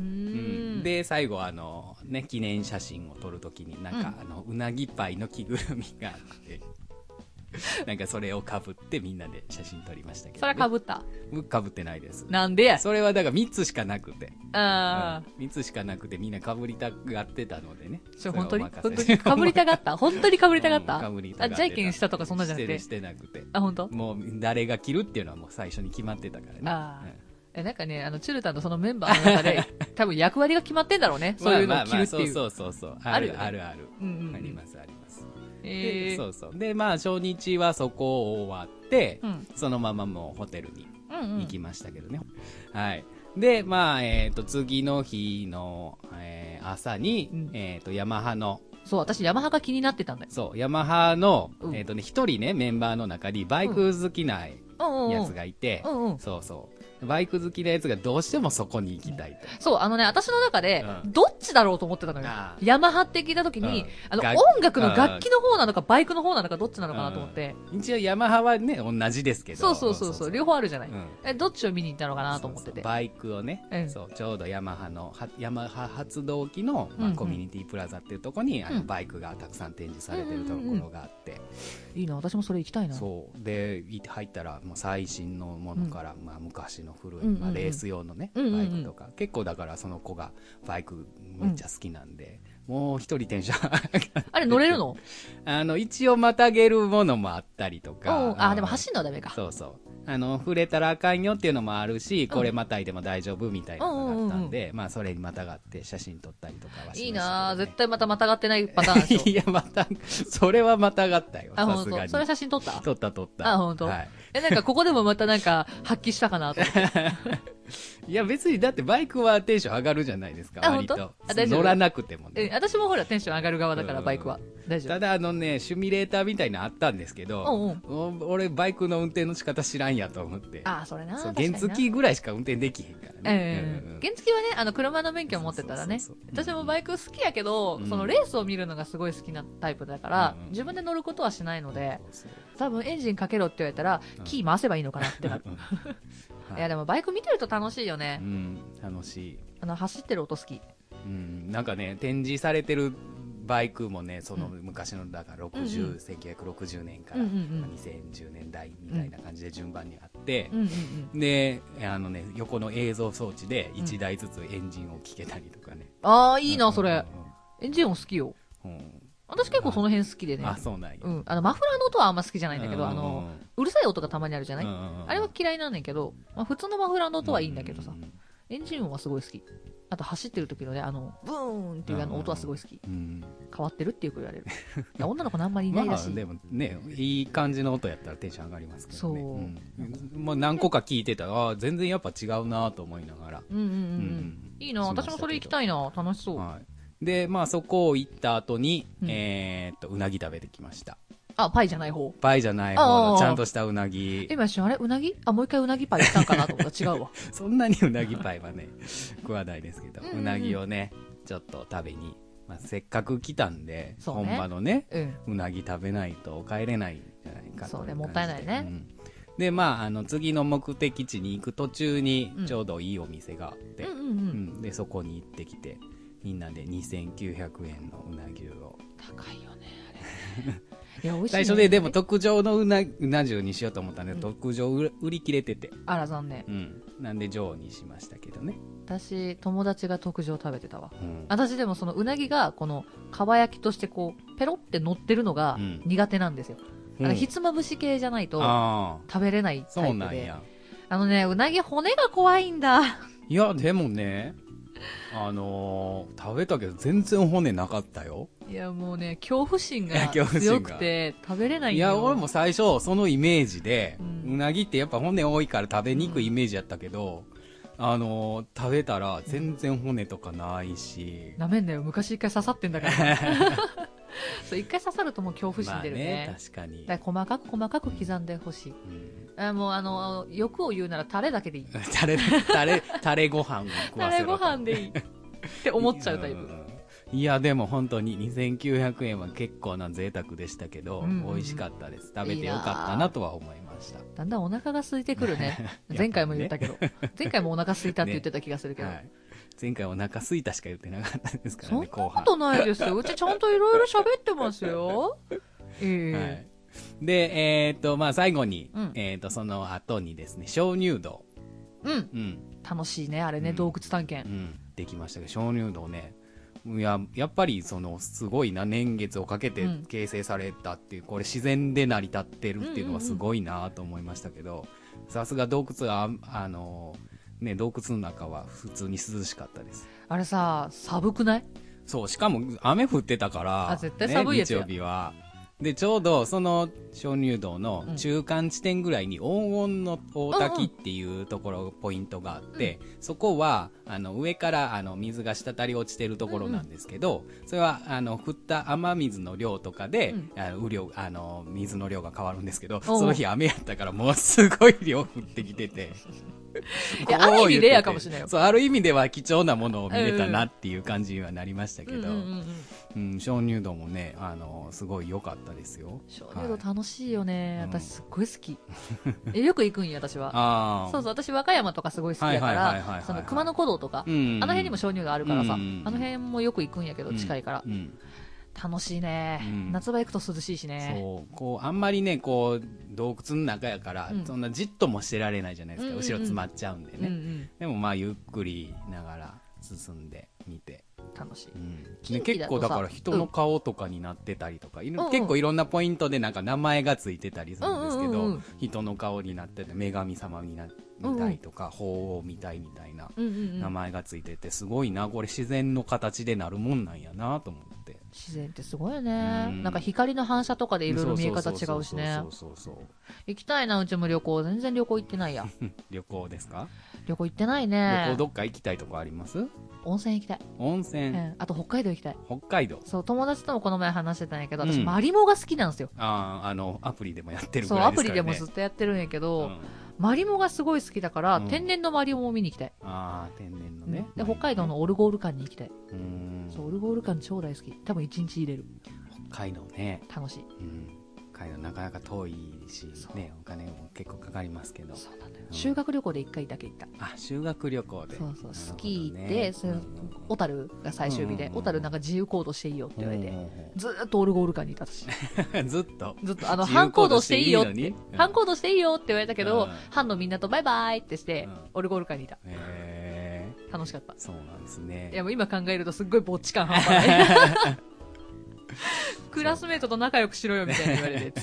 Speaker 1: ー
Speaker 2: うん
Speaker 1: ん。
Speaker 2: で、最後、あの、ね、記念写真を撮るときに、なんか、あの、うなぎパイの着ぐるみがあ って、なんか、それをかぶって、みんなで写真撮りましたけど、
Speaker 1: それは被った。
Speaker 2: ぶかぶってないです。
Speaker 1: なんでや。
Speaker 2: それは、だから、3つしかなくて。
Speaker 1: ああ。
Speaker 2: 3つしかなくてみんなかぶりたがってたのでね
Speaker 1: それ本当に
Speaker 2: それはお
Speaker 1: 本当
Speaker 2: 任せ
Speaker 1: に被りたがった本当に被りたがっ
Speaker 2: うん
Speaker 1: た
Speaker 2: 被りたが
Speaker 1: あ、
Speaker 2: って
Speaker 1: じゃいけんしたとかそんなじゃなくて
Speaker 2: し。てるしてなくて
Speaker 1: あ、本当？
Speaker 2: もう誰が着るっていうのはもう最初に決まってたからね
Speaker 1: あー
Speaker 2: うん
Speaker 1: え、なんかね、あの、チュルタンのそのメンバーの中 で、多分役割が決まってんだろうね。そういうのを着るっていう。
Speaker 2: まあまあまあそうそうそうそうあるあ
Speaker 1: あ
Speaker 2: る
Speaker 1: る
Speaker 2: ある
Speaker 1: うんうんうん
Speaker 2: ありますあります
Speaker 1: え
Speaker 2: で
Speaker 1: え
Speaker 2: そうそうでまあ初日はそこを終わって
Speaker 1: うん
Speaker 2: そのままもうホテルに
Speaker 1: うんうん
Speaker 2: 行きましたけどねはいでまあえっと次の日のえー朝に
Speaker 1: うん
Speaker 2: えっとヤマハの
Speaker 1: そう、私、ヤマハが気になってたんだよ。
Speaker 2: そうヤマハの
Speaker 1: うん
Speaker 2: えっとね一人ねメンバーの中にバイク好きな
Speaker 1: うんうんうん。
Speaker 2: やつがいて
Speaker 1: うんうん。
Speaker 2: そうそう。バイク好きなやつがどうしてもそこに行きたいと。
Speaker 1: そう、あのね、私の中で、
Speaker 2: うん
Speaker 1: どっちだろうと思ってたのよ
Speaker 2: あ。ー
Speaker 1: ヤマハって聞いた時に、
Speaker 2: うん
Speaker 1: あの、
Speaker 2: 楽
Speaker 1: 音楽の楽器の方なのか、バイクの方なのか、どっちなのかなと思って。
Speaker 2: 一応ヤマハはね、同じですけど。
Speaker 1: そうそうそうそう、両方あるじゃない、
Speaker 2: うん
Speaker 1: え、どっちを見に行ったのかなと思ってて。
Speaker 2: そうそうバイクをね、
Speaker 1: うん
Speaker 2: そうちょうどヤマハのはヤマハ発動機の、まあ
Speaker 1: うんうん
Speaker 2: コミュニティプラザっていうところにあ
Speaker 1: う
Speaker 2: の
Speaker 1: ん
Speaker 2: バイクがたくさん展示されてるところがあって、
Speaker 1: いいな、私もそれ行きたいな。
Speaker 2: そうでい入ったらもう最新のものから、まあ、昔の古い、
Speaker 1: うんうんうん
Speaker 2: まあ、レース用のね、
Speaker 1: うんうんうん
Speaker 2: バイクとか結構だからその子がバイクめっちゃ好きなんで、もう一人転車
Speaker 1: あれ乗れるの
Speaker 2: あの一応またげるものもあったりと
Speaker 1: お
Speaker 2: か
Speaker 1: うあ
Speaker 2: の
Speaker 1: ー、でも走るのはダメか。
Speaker 2: そうそう。あの、触れたらあかんよっていうのもあるし、これまたいでも大丈夫みたいなのがあったんで、まあ、それにまたがって写真撮ったりとかはしましたけどね、
Speaker 1: いいな、絶対またまたがってないパターンでしょ
Speaker 2: 。いや、また、それはまたがったよ、
Speaker 1: あ、
Speaker 2: さ
Speaker 1: ほん
Speaker 2: す
Speaker 1: と
Speaker 2: が。に
Speaker 1: そ。れ写真撮った
Speaker 2: 撮った撮った。
Speaker 1: あほんと
Speaker 2: はい。
Speaker 1: え、なんかここでもまたなんか発揮したか なと思って。
Speaker 2: いや、別にだってバイクはテンション上がるじゃないですか、
Speaker 1: あ
Speaker 2: 割
Speaker 1: ほん
Speaker 2: と
Speaker 1: とあ。大丈夫
Speaker 2: 乗らなくても
Speaker 1: え
Speaker 2: ね。
Speaker 1: 私もほらテンション上がる側だか
Speaker 2: う
Speaker 1: ら
Speaker 2: ん
Speaker 1: バイクは。大丈
Speaker 2: ただあのね、シミュレーターみたいなのあったんですけど、お俺バイクの運転の仕方知らんやと思って。
Speaker 1: 夫。ああ、それな。
Speaker 2: そ
Speaker 1: 確
Speaker 2: う
Speaker 1: かに
Speaker 2: 原
Speaker 1: な
Speaker 2: 付きぐらいしか運転できへんからね。
Speaker 1: え
Speaker 2: うんうんうん
Speaker 1: え原付はね、あの、車の免許持ってたらね
Speaker 2: そうそうそう、そ
Speaker 1: 私
Speaker 2: う
Speaker 1: もバイク好きやけど
Speaker 2: う、ん
Speaker 1: そのレースを見るのがすごい好きなタイプだから
Speaker 2: うんうん、
Speaker 1: 自分で乗ることはしないので、
Speaker 2: そうそう
Speaker 1: 多分エンジンかけろって言われたら
Speaker 2: うん、
Speaker 1: キー回せばいいのかなってな る。
Speaker 2: はい
Speaker 1: いや、でもバイク見てると楽しいよ
Speaker 2: う
Speaker 1: ね。
Speaker 2: ん、楽しい、
Speaker 1: あの、走ってる音好き。
Speaker 2: うん、なんかね展示されてるバイクもねその
Speaker 1: う
Speaker 2: 昔のだから
Speaker 1: う
Speaker 2: 60、
Speaker 1: んうん
Speaker 2: 1960年か
Speaker 1: うん
Speaker 2: ら、
Speaker 1: うんうん
Speaker 2: まあ2010年代みたいな感じで順番にあって
Speaker 1: う、んうんうん。
Speaker 2: であのね横の映像装置で1台ずつエンジンを聞けたりとかね、
Speaker 1: ああ、いいな、そ
Speaker 2: うん
Speaker 1: れ。エンジン音好きよ。
Speaker 2: うんうん
Speaker 1: 私結構その辺好きでね。
Speaker 2: あそうなんや、
Speaker 1: うん。あの、マフラーの音はあんま好きじゃないんだけど、
Speaker 2: うん
Speaker 1: あ
Speaker 2: うんうん
Speaker 1: の、うるさい音がたまにあるじゃない、
Speaker 2: うんうんうん
Speaker 1: あれは嫌いなんだけど、まあ、普通のマフラーの音はいいんだけどさ、
Speaker 2: うんうん
Speaker 1: エンジン音はすごい好き。あと走ってる時のね、あの、ブーンっていうあの音はすごい好き。
Speaker 2: うん
Speaker 1: 変わってるってよく言われる。いや女の子のあんまりい
Speaker 2: ま
Speaker 1: ないら
Speaker 2: あ
Speaker 1: しい。
Speaker 2: でもねいい感じの音やったらテンション上がりますけどね
Speaker 1: そうん
Speaker 2: まあ、何個か聞いてたらあー全然やっぱ違うなと思いながら、
Speaker 1: うんうんうんうん。
Speaker 2: うん
Speaker 1: いいな私もそれ行きたいな楽しそう。
Speaker 2: はい、でまあそこを行った後に、
Speaker 1: うん
Speaker 2: えーっとうなぎ食べてきました
Speaker 1: あ、パイじゃない方。
Speaker 2: パイじゃない方
Speaker 1: あ
Speaker 2: の
Speaker 1: ー
Speaker 2: ちゃんとしたうなぎ
Speaker 1: 今一瞬、あれうなぎあ、もう一回うなぎパイ行ったんか なと思ったら違うわ。
Speaker 2: そんなにうなぎパイはね 食わないですけど、
Speaker 1: う
Speaker 2: うん
Speaker 1: うんうん
Speaker 2: なぎをねちょっと食べに、まあ、せっかく来たんで、
Speaker 1: そうね
Speaker 2: 本場のね
Speaker 1: うん。
Speaker 2: うなぎ食べないと帰れないんじゃないかと
Speaker 1: そうね
Speaker 2: う感じで
Speaker 1: もったいないね
Speaker 2: うんでまああの次の目的地に行く途中に
Speaker 1: うん
Speaker 2: ちょうどいいお店があって、
Speaker 1: うんうんう。
Speaker 2: うんんでそこに行ってきてみんなで2900円のうなぎを
Speaker 1: 高いよね、あれ。い や、美味しい、
Speaker 2: 最
Speaker 1: ね。
Speaker 2: 初ででも、特上のうなうな重にしようと思ったんで、
Speaker 1: うん
Speaker 2: 特上売売り切れてて、
Speaker 1: あら残念。
Speaker 2: うん、なんで上にしましたけどね、
Speaker 1: 私、友達が特上食べてたわ。
Speaker 2: うん
Speaker 1: 私でもそのうなぎがこのかば焼きとしてこうペロって乗ってるのが
Speaker 2: うん
Speaker 1: 苦手なんですよ、だからひつまぶし系じゃないと
Speaker 2: あ
Speaker 1: 食べれない
Speaker 2: ー
Speaker 1: タ
Speaker 2: そう
Speaker 1: イプ
Speaker 2: なん
Speaker 1: で
Speaker 2: や
Speaker 1: あのねうなぎ骨が怖いんだ
Speaker 2: いやでもねあのー食べたけど全然骨なかったよ
Speaker 1: いやもうね恐怖心が
Speaker 2: 恐怖心が
Speaker 1: 強くて食べれない
Speaker 2: い
Speaker 1: んよ
Speaker 2: や俺も最初そのイメージで、う
Speaker 1: うん
Speaker 2: なぎってやっぱ骨多いから食べにくいイメージやったけど、あのー食べたら全然骨とかないし、
Speaker 1: なめんなよ昔一回刺さってんだから そう一回刺さるともう恐怖心
Speaker 2: まあ
Speaker 1: 出るね,、
Speaker 2: ね確かに、
Speaker 1: だから細かく細かく刻んでほしい
Speaker 2: うん
Speaker 1: あもうあの欲を言うならタレだけでいい
Speaker 2: タレタレタレご飯を食
Speaker 1: タ
Speaker 2: わせ
Speaker 1: レ
Speaker 2: ろ
Speaker 1: ご
Speaker 2: と
Speaker 1: 飯でいいって思っちゃうタイプ
Speaker 2: プいやでも本当に2900円は結構な贅沢でしたけど、
Speaker 1: うんうん
Speaker 2: 美味しかったです食べてよかったなとは思いました
Speaker 1: だんだんお腹が空いてくるね
Speaker 2: 。やっぱね
Speaker 1: 前回も言ったけど。前回もお腹空いたって言ってた気がする けど。
Speaker 2: はい、前回お腹すいたしか言ってなかったですから
Speaker 1: そん
Speaker 2: ね
Speaker 1: な
Speaker 2: 後
Speaker 1: こ
Speaker 2: 半
Speaker 1: とないです よ。うちちゃんといろいろ喋ってますよ。
Speaker 2: は
Speaker 1: え
Speaker 2: い、でえーっとまあ最後に、
Speaker 1: うん
Speaker 2: えーっとその後にですね鍾乳洞、
Speaker 1: えうん。
Speaker 2: うん
Speaker 1: 楽しいね、あれね、
Speaker 2: うん
Speaker 1: 洞窟探
Speaker 2: う
Speaker 1: 検。
Speaker 2: ん、できましたけど鍾乳洞ねいややっぱりそのすごいな年月をかけて
Speaker 1: うん
Speaker 2: 形成されたっていう、これ自然で成り立ってるっていうのはすごいなと思いましたけどさすが洞窟はああのね洞窟の中は普通に涼しかったです
Speaker 1: あれさ、寒くない
Speaker 2: そうしかも雨降ってたから
Speaker 1: あ絶対寒いやつや
Speaker 2: ね、日曜日はで、ちょうどその鍾乳洞の中間地点ぐらいに、温温の大滝っていうところ、ポイントがあって、そこは、あの、上から、あの、水が滴り落ちてるところなんですけど、それは、あの、降った雨水の量とかで、
Speaker 1: う
Speaker 2: あの雨量、あの、水の量が変わるんですけど、
Speaker 1: おう
Speaker 2: その日雨やったから、ものすごい量降ってきてて。
Speaker 1: いや
Speaker 2: こう言
Speaker 1: ある意味
Speaker 2: ってて
Speaker 1: レアかもしれ ないよ
Speaker 2: そう、ある意味では貴重なものを見れたなっていう感じにはなりましたけど、
Speaker 1: うんうんうんうん
Speaker 2: うん、鍾乳洞もね、あの、すごい良かったですよ。
Speaker 1: 鍾乳洞
Speaker 2: はい
Speaker 1: 楽しいよね、
Speaker 2: うん
Speaker 1: 私すっごい好 きえよく行くんや私は
Speaker 2: ああ。
Speaker 1: そうそう私和歌山とかすごい好きやか
Speaker 2: はいはいはいはいはいは
Speaker 1: ら
Speaker 2: い
Speaker 1: その熊野古道とか、
Speaker 2: うん。
Speaker 1: あの辺にも鍾乳があるからさ、
Speaker 2: うん
Speaker 1: あの辺もよく行くんやけど
Speaker 2: うん
Speaker 1: 近いから、
Speaker 2: うん
Speaker 1: 楽しいね、
Speaker 2: うん
Speaker 1: 夏場行くと涼しいしね
Speaker 2: そう。こう、あんまりね、こう、洞窟の中やから、
Speaker 1: うん
Speaker 2: そんなじっともしてられないじゃないですか。
Speaker 1: うんうんうん
Speaker 2: 後ろ詰まっちゃうんでね。
Speaker 1: うんうん
Speaker 2: でもまあ、ゆっくりながら進んでみて。
Speaker 1: 楽しい
Speaker 2: うん
Speaker 1: 近
Speaker 2: で
Speaker 1: 畿
Speaker 2: 結構
Speaker 1: だと
Speaker 2: だ
Speaker 1: さ
Speaker 2: から人の顔とかになってたりとか、いろ
Speaker 1: うんうん
Speaker 2: 結構いろんなポイントでなんか名前がついてたりするんですけど、
Speaker 1: うんうんうんうん
Speaker 2: 人の顔になってて女神様になみたいとか、鳳凰みたいみたいな
Speaker 1: うんうんうん
Speaker 2: 名前がついててすごいなこれ自然の形でなるもんなんやなと思って
Speaker 1: 自然ってすごいよね、
Speaker 2: うん
Speaker 1: なんか光の反射とかでいろいろ見え方違うしね
Speaker 2: そうそうそうそうそう
Speaker 1: 行きたいなうちも旅行全然旅行行ってないや
Speaker 2: 旅行ですか、
Speaker 1: 旅行行ってない
Speaker 2: 旅
Speaker 1: ね
Speaker 2: 行どっか行きたいとこあります
Speaker 1: 温泉行きたい、
Speaker 2: 温泉、
Speaker 1: うんあと北海道行きたい
Speaker 2: 北海道
Speaker 1: そう友達ともこの前話してたんやけど私、
Speaker 2: うん
Speaker 1: マリモが好きなんですよ
Speaker 2: あーあのアプリでもやってるぐ
Speaker 1: そう
Speaker 2: ら
Speaker 1: ア
Speaker 2: いで
Speaker 1: プ
Speaker 2: すか
Speaker 1: リ
Speaker 2: ら、ね、
Speaker 1: でもずっとやってるんやけ
Speaker 2: う
Speaker 1: ど、
Speaker 2: ん
Speaker 1: マリモがすごい好きだから、
Speaker 2: うん
Speaker 1: 天然のマリモを見に行きたい、
Speaker 2: ああ天然の
Speaker 1: うん
Speaker 2: ね、
Speaker 1: で北海道のオルゴール館に行きたい、
Speaker 2: うん
Speaker 1: そうオルゴール館超大好き多分一日入れる
Speaker 2: 北海道ね、
Speaker 1: 楽しい
Speaker 2: うん、北海道なかなか遠いし
Speaker 1: そ、う
Speaker 2: ね、お金も結構かかりますけど
Speaker 1: そうなんだよ
Speaker 2: うん
Speaker 1: 修学旅行で一回だけ行った
Speaker 2: あ修学旅行で
Speaker 1: そうそうスキー行っ
Speaker 2: な
Speaker 1: て
Speaker 2: るほ
Speaker 1: そ
Speaker 2: ど
Speaker 1: れ
Speaker 2: ね
Speaker 1: 小樽が最終日
Speaker 2: うんうん
Speaker 1: で
Speaker 2: うん
Speaker 1: 小樽なんか自由行動していいよって言われ
Speaker 2: う
Speaker 1: て
Speaker 2: んうん
Speaker 1: ずーっとオルゴール館にいた 私
Speaker 2: うん ずっと
Speaker 1: ずっとあの
Speaker 2: 自由
Speaker 1: 反行動していいよっ
Speaker 2: 行動してい
Speaker 1: て
Speaker 2: いのに
Speaker 1: 反行動していいよって言われたけ
Speaker 2: う
Speaker 1: ど
Speaker 2: ん
Speaker 1: 班のみんなとバイバイってして
Speaker 2: うん
Speaker 1: オルゴール館にいた
Speaker 2: へえ
Speaker 1: 楽しかった
Speaker 2: そうなんです
Speaker 1: いや
Speaker 2: ね
Speaker 1: もう今考えるとすっごいぼっち感半端ない クラスメートと仲良くしろよみたいに言われて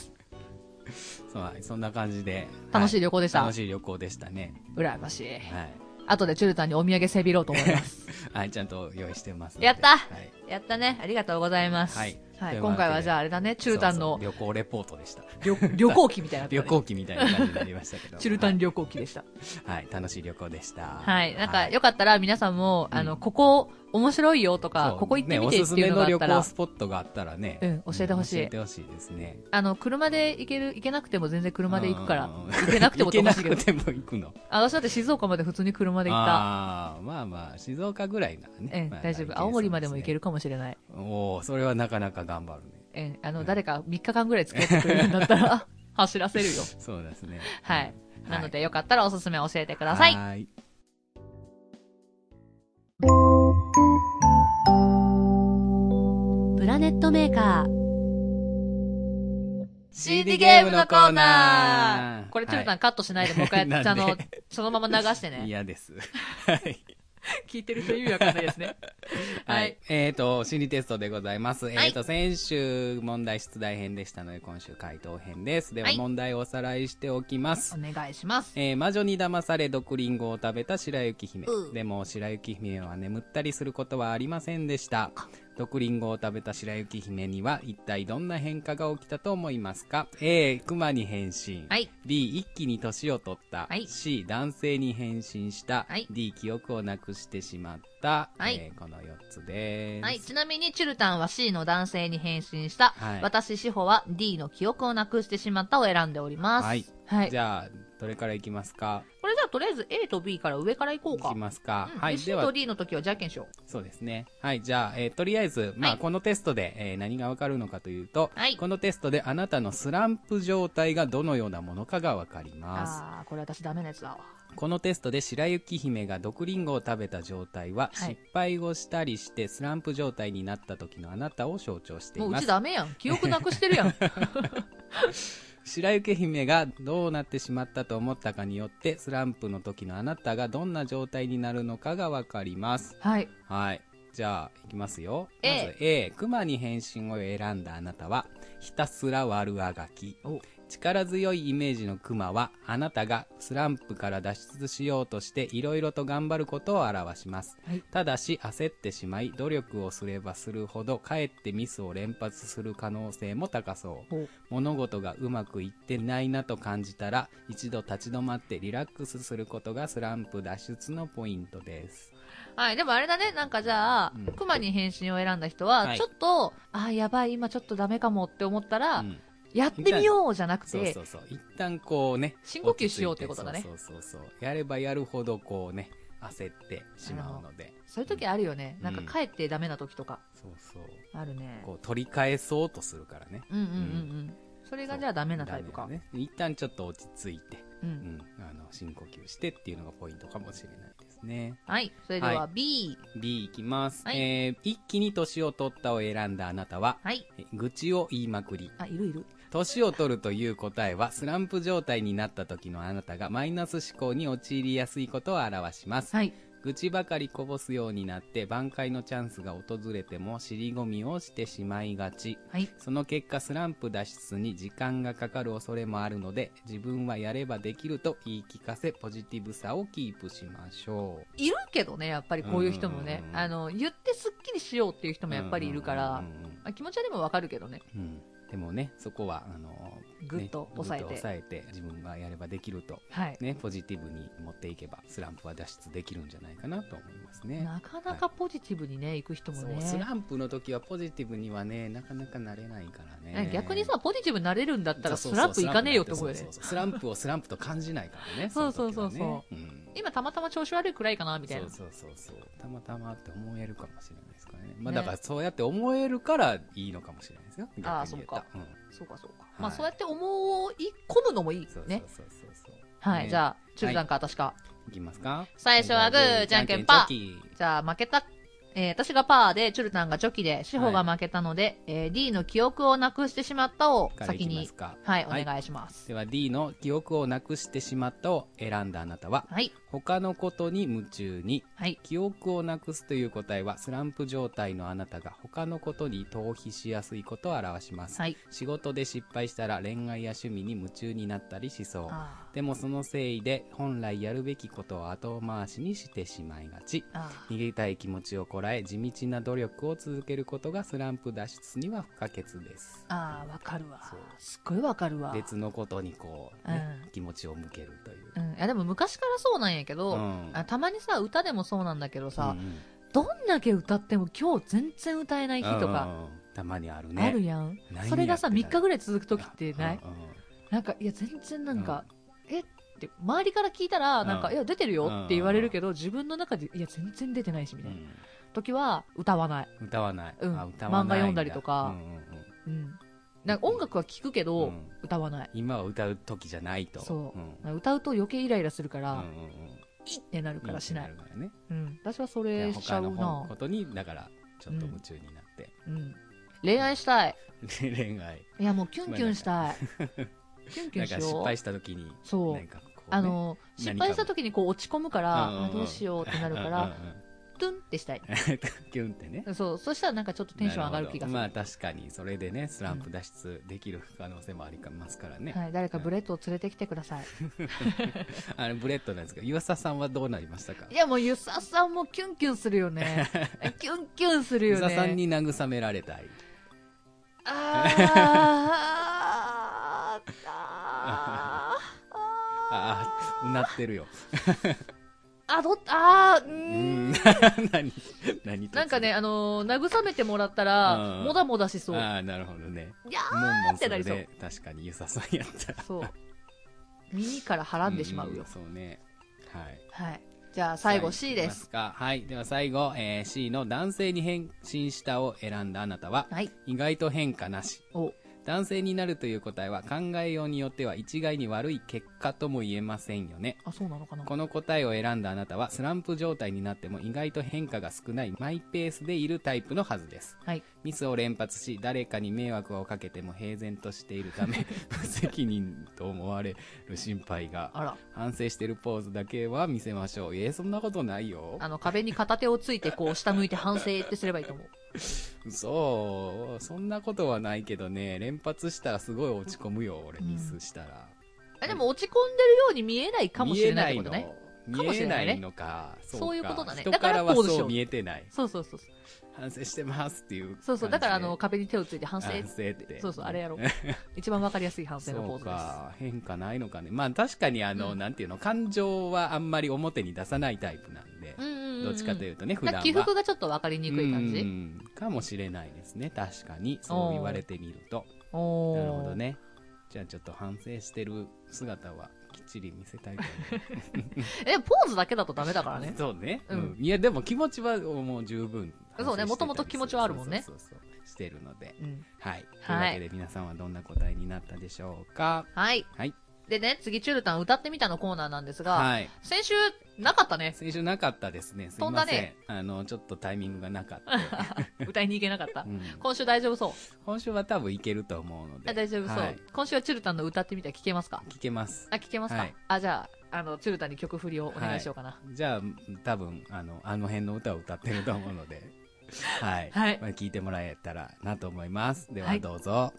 Speaker 2: そうそんな感じで
Speaker 1: 楽しい
Speaker 2: 旅
Speaker 1: 旅行で
Speaker 2: で
Speaker 1: した
Speaker 2: 楽しい旅行でしたね
Speaker 1: 羨ましい
Speaker 2: はい、
Speaker 1: 後でチュルタンにお土産せびろうと思います
Speaker 2: はい、ちゃんと用意してますので
Speaker 1: やった
Speaker 2: はい、
Speaker 1: やったねありがとうございます
Speaker 2: はいというわけで
Speaker 1: 今回はじゃああれだねチュルタンの
Speaker 2: そうそう旅行レポートでした
Speaker 1: 旅旅行記みたいになったね
Speaker 2: 旅行記みたいな感じになりましたけど
Speaker 1: チュルタン旅行記でした。
Speaker 2: はい、楽しい旅行でした。
Speaker 1: はい。なんか、
Speaker 2: よ
Speaker 1: よかったら皆さんも、
Speaker 2: うん
Speaker 1: あの、ここ面白いよとか、ここ行ってみてっていうのがあった
Speaker 2: おすすめの旅行
Speaker 1: ら、
Speaker 2: スポットがあったらね。
Speaker 1: うん教えてほしい
Speaker 2: 教えてほしいですね。
Speaker 1: あの、車で行ける、行けなくても全然車で行くから
Speaker 2: うん、
Speaker 1: 行けなくてもって
Speaker 2: 行け
Speaker 1: ほ
Speaker 2: な
Speaker 1: しいけど
Speaker 2: く。ても行くの。
Speaker 1: あ、私だって静岡まで普通に車で行った。
Speaker 2: ああ、まあまあ、静岡ぐらいならね。
Speaker 1: ええ
Speaker 2: まあ
Speaker 1: 大丈夫。青森までも行け
Speaker 2: る。
Speaker 1: るかもしれない。
Speaker 2: おお、それはなかなか頑張るね。
Speaker 1: ええあ
Speaker 2: う
Speaker 1: の、
Speaker 2: ん
Speaker 1: 誰か3日間ぐらい付き合ってくれるんだったら、 走らせるよ。
Speaker 2: そうですね。
Speaker 1: はい。なので、よかったらおすすめ教えてください。
Speaker 2: はい。
Speaker 3: プラネットメーカー
Speaker 1: CD ゲームのコーナーこれ、チュルタ
Speaker 2: は
Speaker 1: ンカットしないで、もう一回やって、
Speaker 2: な
Speaker 1: あ
Speaker 2: んで
Speaker 1: の、そのまま流して
Speaker 2: い
Speaker 1: ね。
Speaker 2: 嫌です。 はい。
Speaker 1: 聞いてる人意味わかんないですね。
Speaker 2: は
Speaker 1: はい
Speaker 2: い。えっ、と、心理テストでございます。えっ、と、先週問題出題編でしたので、今週回答編です。では、
Speaker 1: はい
Speaker 2: 問題をおさらいしておきます。
Speaker 1: お願いします。
Speaker 2: えー魔女に騙され毒リンゴを食べた白雪姫、
Speaker 1: うん
Speaker 2: でも白雪姫は眠ったりすることはありませんでした毒リンゴを食べた白雪姫には一体どんな変化が起きたと思いますか A 熊に変身、
Speaker 1: はい
Speaker 2: B 一気に年を取った、
Speaker 1: はい
Speaker 2: C 男性に変身した、
Speaker 1: はい
Speaker 2: D 記憶をなくしてしまった、
Speaker 1: はい
Speaker 2: えーこの4つです、
Speaker 1: はい、ちなみに、チュルタンは C の男性に変身した。
Speaker 2: はい
Speaker 1: 私、シホは D の記憶をなくしてしまったを選んでおります。
Speaker 2: はい。
Speaker 1: はい。
Speaker 2: じゃあどれからいきますか
Speaker 1: これじゃあ、とりあえず A と B から上からいこう
Speaker 2: い
Speaker 1: か。
Speaker 2: きますか、
Speaker 1: うん
Speaker 2: は
Speaker 1: で
Speaker 2: い
Speaker 1: C
Speaker 2: では
Speaker 1: と D の時はじゃんけんしよう。
Speaker 2: そうですね。はい。じゃあ、えーとりあえず、まあ、
Speaker 1: はい
Speaker 2: このテストで、えー何がわかるのかというと、
Speaker 1: はい
Speaker 2: このテストであなたのスランプ状態がどのようなものかがわかります。
Speaker 1: あー、これ私ダメなやつだわ。
Speaker 2: このテストで白雪姫が毒リンゴを食べた状態は、
Speaker 1: はい
Speaker 2: 失敗をしたりしてスランプ状態になった時のあなたを象徴してい
Speaker 1: もうう
Speaker 2: ま
Speaker 1: ち
Speaker 2: す。
Speaker 1: ダメやん。記憶なくして るやん。
Speaker 2: 白雪姫がどうなってしまったと思ったかによって、スランプの時のあなたがどんな状態になるのかがわかります。
Speaker 1: はい。
Speaker 2: はい。じゃあ、いきますよ。
Speaker 1: A
Speaker 2: まず A、熊に変身を選んだあなたは、ひたすら悪あがき。力強いイメージのクマはあなたがスランプから脱出しようとしていろいろと頑張ることを表します、
Speaker 1: はい
Speaker 2: ただし焦ってしまい努力をすればするほどかえってミスを連発する可能性も高そう
Speaker 1: お
Speaker 2: 物事がうまくいってないなと感じたら一度立ち止まってリラックスすることがスランプ脱出のポイントです
Speaker 1: はい、でもあれだね、なんかじゃあ、
Speaker 2: うん
Speaker 1: クマに変身を選んだ人は、
Speaker 2: はい
Speaker 1: ちょっと、あーやばい、今ちょっとダメかもって思ったら、
Speaker 2: うん
Speaker 1: やってみようじゃなくて、
Speaker 2: そうそうそう一旦こうね
Speaker 1: 深呼吸しようってことだね
Speaker 2: 落ち着いてそうそうそうそうやればやるほどこうね焦ってしまうので
Speaker 1: そういう時あるよね。なん
Speaker 2: うん
Speaker 1: か帰ってダメな時とか、
Speaker 2: そうそう
Speaker 1: あるね。
Speaker 2: こう取り返そうとするからね
Speaker 1: うんうんうんうん。それがじゃあダメなタイプか。
Speaker 2: ダメだね一旦ちょっと落ち着いて、
Speaker 1: う。
Speaker 2: うんん、あの深呼吸してっていうのがポイントかもしれないですね
Speaker 1: はい、それでは
Speaker 2: は
Speaker 1: B。
Speaker 2: B いきます、
Speaker 1: はい
Speaker 2: えー一気に年を取ったを選んだあなたは
Speaker 1: はい。
Speaker 2: え愚痴を言いまくり
Speaker 1: あ、いるいる。
Speaker 2: 年を取るという答えはスランプ状態になった時のあなたがマイナス思考に陥りやすいことを表します
Speaker 1: はい。
Speaker 2: 愚痴ばかりこぼすようになって挽回のチャンスが訪れても尻込みをしてしまいがち
Speaker 1: はい。
Speaker 2: その結果スランプ脱出に時間がかかる恐れもあるので自分はやればできると言い聞かせポジティブさをキープしましょう
Speaker 1: いるけどね、やっぱりこういう人もね
Speaker 2: うんうんう。ん
Speaker 1: あの、言ってすっきりしようっていう人もやっぱりいるから
Speaker 2: うんう、んうん
Speaker 1: まあ気持ちはでもわかるけどね。
Speaker 2: うんうんでもねそこはあの
Speaker 1: ぐっと抑えて
Speaker 2: ねぐっ抑えて自分がやればできると
Speaker 1: はい。
Speaker 2: ねポジティブに持っていけばスランプは脱出できるんじゃないかなと思いますね
Speaker 1: なかなかポジティブにね、行く人も
Speaker 2: そう
Speaker 1: ね。
Speaker 2: スランプの時はポジティブにはねなかなかなれないからね
Speaker 1: 逆にさ、ポジティブになれるんだったら、
Speaker 2: そ
Speaker 1: ス
Speaker 2: うそう
Speaker 1: ランプいかねえよって思うよ
Speaker 2: そ
Speaker 1: ね
Speaker 2: う。そうそうスランプをスランプと感じないからね
Speaker 1: そうそうそうそう
Speaker 2: の時はねん
Speaker 1: 今たまたま調子悪いくらいかな、みたいな。
Speaker 2: そうそうそうそうたまたまって思えるかもしれないですからねまあ
Speaker 1: ね
Speaker 2: だからそうやって思えるからいいのかもしれないですよ逆に言
Speaker 1: あー
Speaker 2: うと
Speaker 1: そうか
Speaker 2: うん
Speaker 1: そうか、そうか。まあ、
Speaker 2: はい
Speaker 1: そうやって思い込むのもいい
Speaker 2: そうそう
Speaker 1: ね。
Speaker 2: そうそうそう
Speaker 1: はい、
Speaker 2: ね
Speaker 1: じゃあ、中段か、私か。
Speaker 2: いきますか
Speaker 1: 最初はグー、じゃんけんパー。
Speaker 2: ー
Speaker 1: じゃあ、負けた。えー私がパーで、チュルタンがチョキで、シホが負けたので、えー D の記憶をなくしてしまったを
Speaker 2: からい
Speaker 1: 先
Speaker 2: きます
Speaker 1: に、
Speaker 2: か
Speaker 1: はい、お
Speaker 2: はい
Speaker 1: 願いします。
Speaker 2: では D の記憶をなくしてしまったを選んだあなたは
Speaker 1: はい、
Speaker 2: 他のことに夢中に
Speaker 1: はい。
Speaker 2: 記憶をなくすという答えはスランプ状態のあなたが他のことに逃避しやすいことを表します、
Speaker 1: はい。
Speaker 2: 仕事で失敗したら恋愛や趣味に夢中になったりしそう
Speaker 1: あ
Speaker 2: でもそのせいで本来やるべきことを後回しにしてしまいがち
Speaker 1: ーあ
Speaker 2: 逃げたい気持ちをこらえ地道な努力を続けることがスランプ脱出には不可欠です
Speaker 1: ー、あー、わかるわ
Speaker 2: そう。
Speaker 1: すっごいわかるわ。
Speaker 2: 別のことにこう、ね
Speaker 1: うん
Speaker 2: 気持ちを向けるという、
Speaker 1: うん、いやでも昔からそうなんやけど、
Speaker 2: うん
Speaker 1: あたまにさ歌でもそうなんだけどさ
Speaker 2: う、んうん
Speaker 1: どんだけ歌っても今日全然歌えない日と
Speaker 2: う
Speaker 1: か
Speaker 2: んうんうんたまにあるね
Speaker 1: あるやん、
Speaker 2: 何やって
Speaker 1: それがさ
Speaker 2: たの
Speaker 1: 3日ぐらい続く時ってない、
Speaker 2: うんうん
Speaker 1: なんかいや全然なんか、えって周りから聞いたらなんか、
Speaker 2: うん
Speaker 1: いや出てるよって言われるけど、自分の中でいや全然出てないしみたいな、時は歌わない、
Speaker 2: 歌わない、
Speaker 1: うん
Speaker 2: あ歌わない
Speaker 1: 漫画読んだりとか
Speaker 2: うんうんうん
Speaker 1: うん、なんか音楽は聴くけど、
Speaker 2: うん
Speaker 1: 歌わない
Speaker 2: 今は歌う時じゃないと
Speaker 1: そう、
Speaker 2: ん
Speaker 1: 歌うと余計イライラするから、
Speaker 2: うんうん
Speaker 1: いってなる
Speaker 2: うん
Speaker 1: からしない
Speaker 2: いいってるからね
Speaker 1: うん、私はそ
Speaker 2: いや
Speaker 1: れしちゃ
Speaker 2: 他
Speaker 1: う
Speaker 2: の
Speaker 1: な
Speaker 2: ことにだからちょっと夢中になって、
Speaker 1: うん、恋愛したい
Speaker 2: 恋 愛
Speaker 1: いやもうキュンキュンした い。キュンキュ
Speaker 2: なん
Speaker 1: ンし
Speaker 2: か
Speaker 1: よ
Speaker 2: 失
Speaker 1: う。
Speaker 2: 敗した時に
Speaker 1: そう
Speaker 2: なんかこう、ね、
Speaker 1: あの、失敗した時にこう落ち込むから、
Speaker 2: うんうんうん
Speaker 1: あどうしようってなるか
Speaker 2: うん
Speaker 1: ら、
Speaker 2: うんうん
Speaker 1: トゥンってしたい。
Speaker 2: キュンってね
Speaker 1: そう、そしたらなんかちょっとテンション上がる気がする。
Speaker 2: なほどまあ確かにそれでねスランプ脱出できる可能性もありますからね、
Speaker 1: はい、誰かブレッドを連れてきてください。
Speaker 2: あのブレッドなんですけど岩佐さんはどうなりましたか
Speaker 1: いやもうゆささんもキュンキュンするよね。キュンキュンする
Speaker 2: 岩
Speaker 1: よ
Speaker 2: 佐さ
Speaker 1: ね。
Speaker 2: んに慰められたい
Speaker 1: あーあーあ
Speaker 2: ああうなってるよ
Speaker 1: ーあ、どっ、あーうー
Speaker 2: う
Speaker 1: ん。
Speaker 2: ん 何何
Speaker 1: なんかね、あのー慰めてもらったら
Speaker 2: う、ん
Speaker 1: もだもだしそう。
Speaker 2: ああなるほどね
Speaker 1: いや
Speaker 2: もんもん
Speaker 1: ってなりそう
Speaker 2: れで確かにゆささんやったら
Speaker 1: そう。耳からはらんでしまうよ。
Speaker 2: んそうねはい
Speaker 1: はい。じゃあ最後
Speaker 2: じゃあ
Speaker 1: C
Speaker 2: いき
Speaker 1: で。
Speaker 2: ますかはいでは最後、えー C の男性に変身したを選んだあなたは
Speaker 1: はい。
Speaker 2: 意外と変化なし
Speaker 1: お、
Speaker 2: 男性になるという答えは考えようによっては一概に悪い結果とも言えませんよね
Speaker 1: あ、そうなのかな
Speaker 2: この答えを選んだあなたはスランプ状態になっても意外と変化が少ないマイペースでいるタイプのはずです
Speaker 1: はい。
Speaker 2: ミスを連発し誰かに迷惑をかけても平然としているため無責任と思われる心配が
Speaker 1: あら、
Speaker 2: 反省してるポーズだけは見せましょうえー、そんなことないよ
Speaker 1: あの壁に片手をついてこう下向いて反省ってすればいいと思う。
Speaker 2: そう、そんなことはないけどね、連発したらすごい落ち込むよ、俺
Speaker 1: うん
Speaker 2: ミスしたら。
Speaker 1: あでも落ち込んでるように見えないかもしれないってことね。
Speaker 2: 見
Speaker 1: か
Speaker 2: えな
Speaker 1: も
Speaker 2: いの。見
Speaker 1: し
Speaker 2: え
Speaker 1: れ
Speaker 2: な
Speaker 1: ないね
Speaker 2: いのか。そう
Speaker 1: そういう
Speaker 2: か
Speaker 1: ことだね
Speaker 2: 人
Speaker 1: だか
Speaker 2: かららは
Speaker 1: ポーズしよう
Speaker 2: そう見えてない。
Speaker 1: そうそうそうそう。
Speaker 2: 反省してますっていう感じで。
Speaker 1: そうそう。だからあの壁に手をついて反
Speaker 2: 反
Speaker 1: 省
Speaker 2: 省って。
Speaker 1: そうそう、あれ やろう。一番わかりやすい反省のポー
Speaker 2: そう
Speaker 1: ズで
Speaker 2: か、変化ないのかね。まあ確かにあの、
Speaker 1: うん
Speaker 2: なんていうの、感情はあんまり表に出さないタイプなんで、
Speaker 1: す。うんうんうん、
Speaker 2: どっちかといううとね、普
Speaker 1: ん。
Speaker 2: 段
Speaker 1: なんか起
Speaker 2: は。
Speaker 1: 伏がちょっとわかりにくい感
Speaker 2: う
Speaker 1: じ。
Speaker 2: んかもしれないですね。確かに。そう言われてみると。
Speaker 1: おー
Speaker 2: なるほど。ね。じゃあちょっと反省してる姿はきっちり見せたいと思います
Speaker 1: え、でもポーズだけだとダメだからね。
Speaker 2: そうね、
Speaker 1: うん
Speaker 2: うんいやでも気持ちはもう十分
Speaker 1: そうね
Speaker 2: 反省してたりする
Speaker 1: 元々気持ちはあるもんね
Speaker 2: そうそうそうそうしてるので
Speaker 1: うん。
Speaker 2: はい、
Speaker 1: はい
Speaker 2: というわけで皆さんはどんな答えになったでしょうか
Speaker 1: はい。
Speaker 2: はい
Speaker 1: でね、次、チュルタン歌ってみたのコーナーなんですが、
Speaker 2: はい
Speaker 1: 先週、なかった ね。
Speaker 2: 先週なかったですねすい
Speaker 1: 飛んだ
Speaker 2: ません
Speaker 1: ね
Speaker 2: あのちょっとタイミングがなか った、
Speaker 1: 歌いに行けなかった
Speaker 2: う。ん
Speaker 1: 今週大丈夫そう。
Speaker 2: 今週は多分いけると思うので
Speaker 1: あ大丈夫そう、
Speaker 2: はい
Speaker 1: 今週はチュルタンの歌ってみたら聞けますか
Speaker 2: 聞けます
Speaker 1: あ、聞けますか、
Speaker 2: はい
Speaker 1: あ、じゃあ、あの、チュルタンに曲振りをお願いしようかな。
Speaker 2: じゃあ多分あのあの辺の歌を歌ってると思う のではい、
Speaker 1: はい
Speaker 2: まあ、聞いてもらえたらなと思いますで
Speaker 1: は
Speaker 2: はいどうぞ、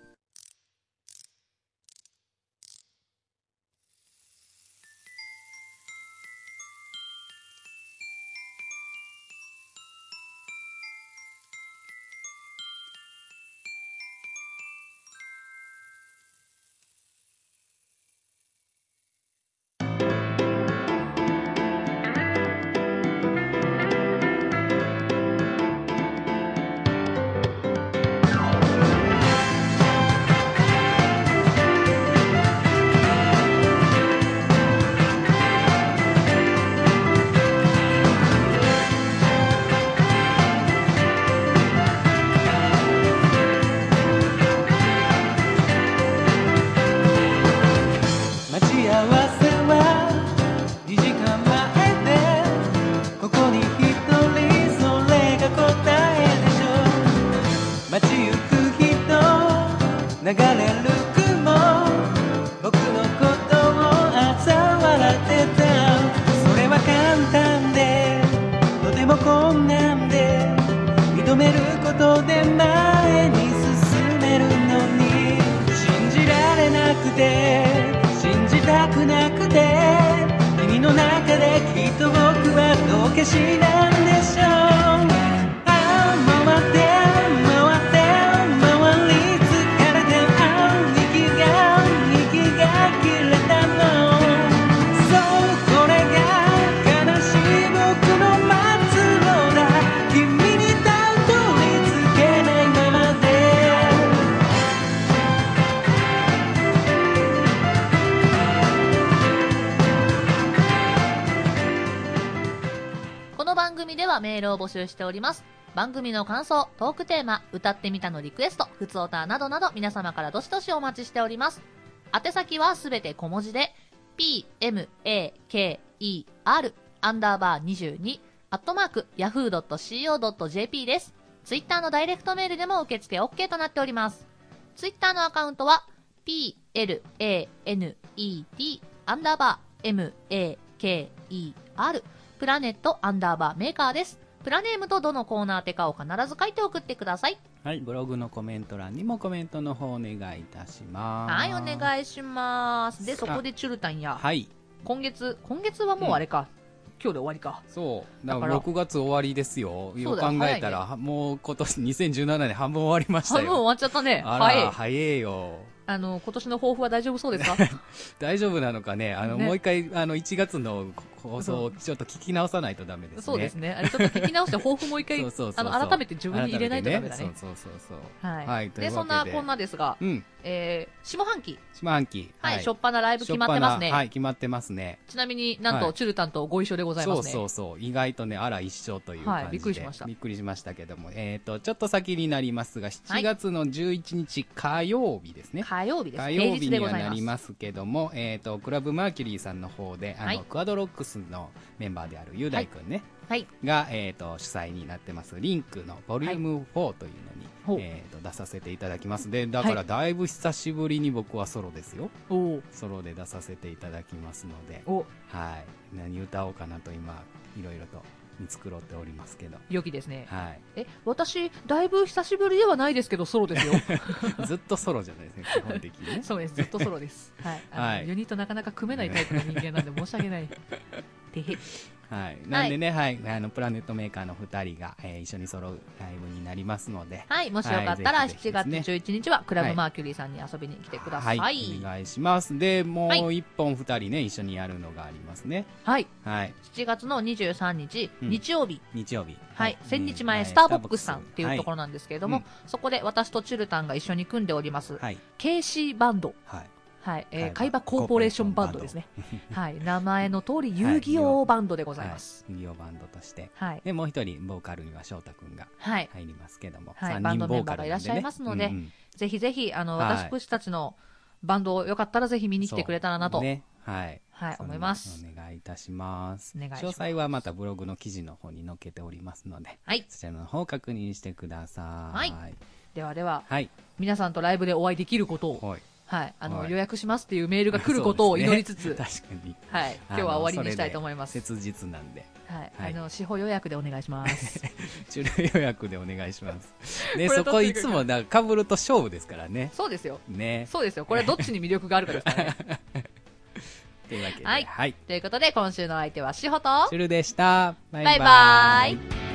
Speaker 3: 待ち合わせは2時間前でここに一人それが答えでしょ街行く人流れる雲僕のことを嘲笑ってたそれは簡単でとてもこんなんで認めることで前に進めるのに信じられなくて信じたくなくて君の中できっと僕はどうかしなんでしょうああ回って回って回り疲れてああ息が息が切れたのそうこれが悲しい僕の末路だ君にたどり着けないままで
Speaker 1: この番組ではメールを募集しております。番組の感想、トークテーマ、歌ってみたのリクエスト、ふつおたなどなど皆様からどしどしお待ちしております。宛先はすべて小文字で、p, m, a, k, e, r, アンダーバー22、アットマーク、yahoo.co.jp です。ツイッターのダイレクトメールでも受付 OK となっております。ツイッターのアカウントは、p, l, a, n, e, t, アンダーバー、m, a, k, e, r、プラネットアンダーバーメーカーです。プラネームとどのコーナーてかを必ず書いて送ってください。
Speaker 2: はい、ブログのコメント欄にもコメントの方お願いいたします。
Speaker 1: はい、お願いします。で、そ
Speaker 2: さあ
Speaker 1: こでチュルタンや、
Speaker 2: はい、
Speaker 1: 今月、今月はもうあれか、今日で終わりか。
Speaker 2: そう、だ
Speaker 1: だか
Speaker 2: か
Speaker 1: らら
Speaker 2: 6月終わりですよ。
Speaker 1: だ
Speaker 2: よく考えたら、もう今年2017年半分終わりました
Speaker 1: 半分終
Speaker 2: よ。
Speaker 1: わっちゃったね。
Speaker 2: あ
Speaker 1: は
Speaker 2: ら、
Speaker 1: い。
Speaker 2: 早いよ。
Speaker 1: あの、今年の抱負は大丈夫そう ですか
Speaker 2: 大丈夫なのかね、あの、
Speaker 1: ね
Speaker 2: もう一回、あの、1月の放送をちょっと聞き直さないとダメですね。
Speaker 1: そうですね。あれ、ちょっと聞き直して抱負もう一回、
Speaker 2: そうそうそうそう
Speaker 1: あの、改めて自分に入れないとダメだね。
Speaker 2: 改めてそうそうそうそう。
Speaker 1: はい。
Speaker 2: はい、とい
Speaker 1: で、
Speaker 2: う
Speaker 1: そ
Speaker 2: わ
Speaker 1: ん
Speaker 2: けで。
Speaker 1: なこんなですが、
Speaker 2: うん、
Speaker 1: えー、下半期、
Speaker 2: 下半期。
Speaker 1: はい、しょっぱなライブ決まってます
Speaker 2: 初っ
Speaker 1: ね。
Speaker 2: 端はい、決まってますね。
Speaker 1: ちなみになん
Speaker 2: は
Speaker 1: と、
Speaker 2: い
Speaker 1: チュルタンとご一緒でございますね。
Speaker 2: そうそうそう。意外とね、あら一緒という感じで。
Speaker 1: はいびっくりしました
Speaker 2: びっくりしましたけども。えっ、と、ちょっと先になりますが、
Speaker 1: は
Speaker 2: 7
Speaker 1: い
Speaker 2: 月の11日火曜日ですね。
Speaker 1: 火曜日です。
Speaker 2: 火曜
Speaker 1: 平
Speaker 2: 日
Speaker 1: 日
Speaker 2: に
Speaker 1: でご
Speaker 2: は
Speaker 1: ざい
Speaker 2: な
Speaker 1: ま
Speaker 2: り
Speaker 1: す。
Speaker 2: ますけども、えっ、と、クラブマーキュリーさんの方で、あの、
Speaker 1: はい
Speaker 2: クアドロックスのメンバーである雄大くんね、
Speaker 1: はい。
Speaker 2: が、えっ、と、主催になってます、リンクのボリューム4というの
Speaker 1: ほう
Speaker 2: に、えっ、と、出させていただきます。で、だからだいぶ久しぶりに僕はソロですよ。
Speaker 1: おお。
Speaker 2: ソロで出させていただきますので、
Speaker 1: お、
Speaker 2: はい。何歌おうかなと今、いろいろと見繕っておりますけど、
Speaker 1: 良きですね。
Speaker 2: はい、
Speaker 1: え、私、だいぶ久しぶりではないですけど、ソロ ですよ。
Speaker 2: ずっとソロじゃないですね、基本的にね。
Speaker 1: そうです、ずっとソロです。はい。あの
Speaker 2: はい
Speaker 1: ユニットなかなか組めないタイプの人間なんで申し訳 ない。てへ。
Speaker 2: はい、なんでね、はいあのプラネットメーカーの2人が、えー一緒に揃うライブになりますので、
Speaker 1: はい、もしよかったら
Speaker 2: はいぜひ
Speaker 1: 7
Speaker 2: ぜひ
Speaker 1: 月
Speaker 2: ですね
Speaker 1: 11日はクラ
Speaker 2: は
Speaker 1: ブ
Speaker 2: い
Speaker 1: マーキュリーさんに遊びに来てくださ。
Speaker 2: はいい、
Speaker 1: はい。
Speaker 2: お願いします。で、もう
Speaker 1: はい
Speaker 2: 1本2人ね、一緒にやるのがありますね。はい、
Speaker 1: 7月の23日、
Speaker 2: うん
Speaker 1: 日曜日。
Speaker 2: 日曜日。
Speaker 1: はい、
Speaker 2: うん
Speaker 1: 1000日前、
Speaker 2: はい
Speaker 1: スターボックスさんっていうところ
Speaker 2: は
Speaker 1: なんですけれども、
Speaker 2: うん
Speaker 1: そこで私とチュルタンが一緒に組んでおります、
Speaker 2: い、はい、
Speaker 1: KC バンド、
Speaker 2: はい。
Speaker 1: はいえー、
Speaker 2: 海
Speaker 1: 海馬
Speaker 2: 馬
Speaker 1: コーポレーションバンドですね、 はい、名前の通り遊戯王バンドでございます。
Speaker 2: はい。リオバンドとして。
Speaker 1: はい、
Speaker 2: で、もう一人、ボーカルには翔太くんが
Speaker 1: はい、
Speaker 2: 入りますけども、
Speaker 1: はい
Speaker 2: 三
Speaker 1: バンド
Speaker 2: 人ボ
Speaker 1: メン
Speaker 2: ー
Speaker 1: バー
Speaker 2: カ
Speaker 1: が
Speaker 2: ル
Speaker 1: い
Speaker 2: なんで
Speaker 1: ら
Speaker 2: ね
Speaker 1: っしゃいますので
Speaker 2: うんうん
Speaker 1: ぜひぜひあの、
Speaker 2: はい
Speaker 1: 私たちのバンドをよかったらぜひ見に来てくれたらなと、
Speaker 2: そうね、はい。
Speaker 1: はい、
Speaker 2: その
Speaker 1: 思います。
Speaker 2: お願いいたします。
Speaker 1: お願いします
Speaker 2: 詳細はまたブログの記事の方に載っけておりますので、
Speaker 1: はい、
Speaker 2: そちらの方確認してください。
Speaker 1: はい。ではでは、
Speaker 2: はい。
Speaker 1: 皆さんとライブでお会いできることを、
Speaker 2: はい。
Speaker 1: はい、あの、
Speaker 2: はい
Speaker 1: 予約しますっていうメールが来ることを祈りつつ、
Speaker 2: そう ですね確かに。
Speaker 1: はい、 今日は終わりにしたいと思いま
Speaker 2: あ
Speaker 1: す
Speaker 2: の。それで切実なんで、
Speaker 1: はい、
Speaker 2: はい
Speaker 1: あの司法予約でお願いし ます。
Speaker 2: 治療予約でお願いし ます。ね、
Speaker 1: これ
Speaker 2: そこいつもだかぶると勝負ですからね。
Speaker 1: そうですよ。
Speaker 2: ね。
Speaker 1: そうですよ。これどっちに魅力があるかですから ね。
Speaker 2: というわけで、
Speaker 1: はい
Speaker 2: はい。
Speaker 1: ということで今週の相手は司法と
Speaker 2: チュルでした。バ
Speaker 1: バイバーイ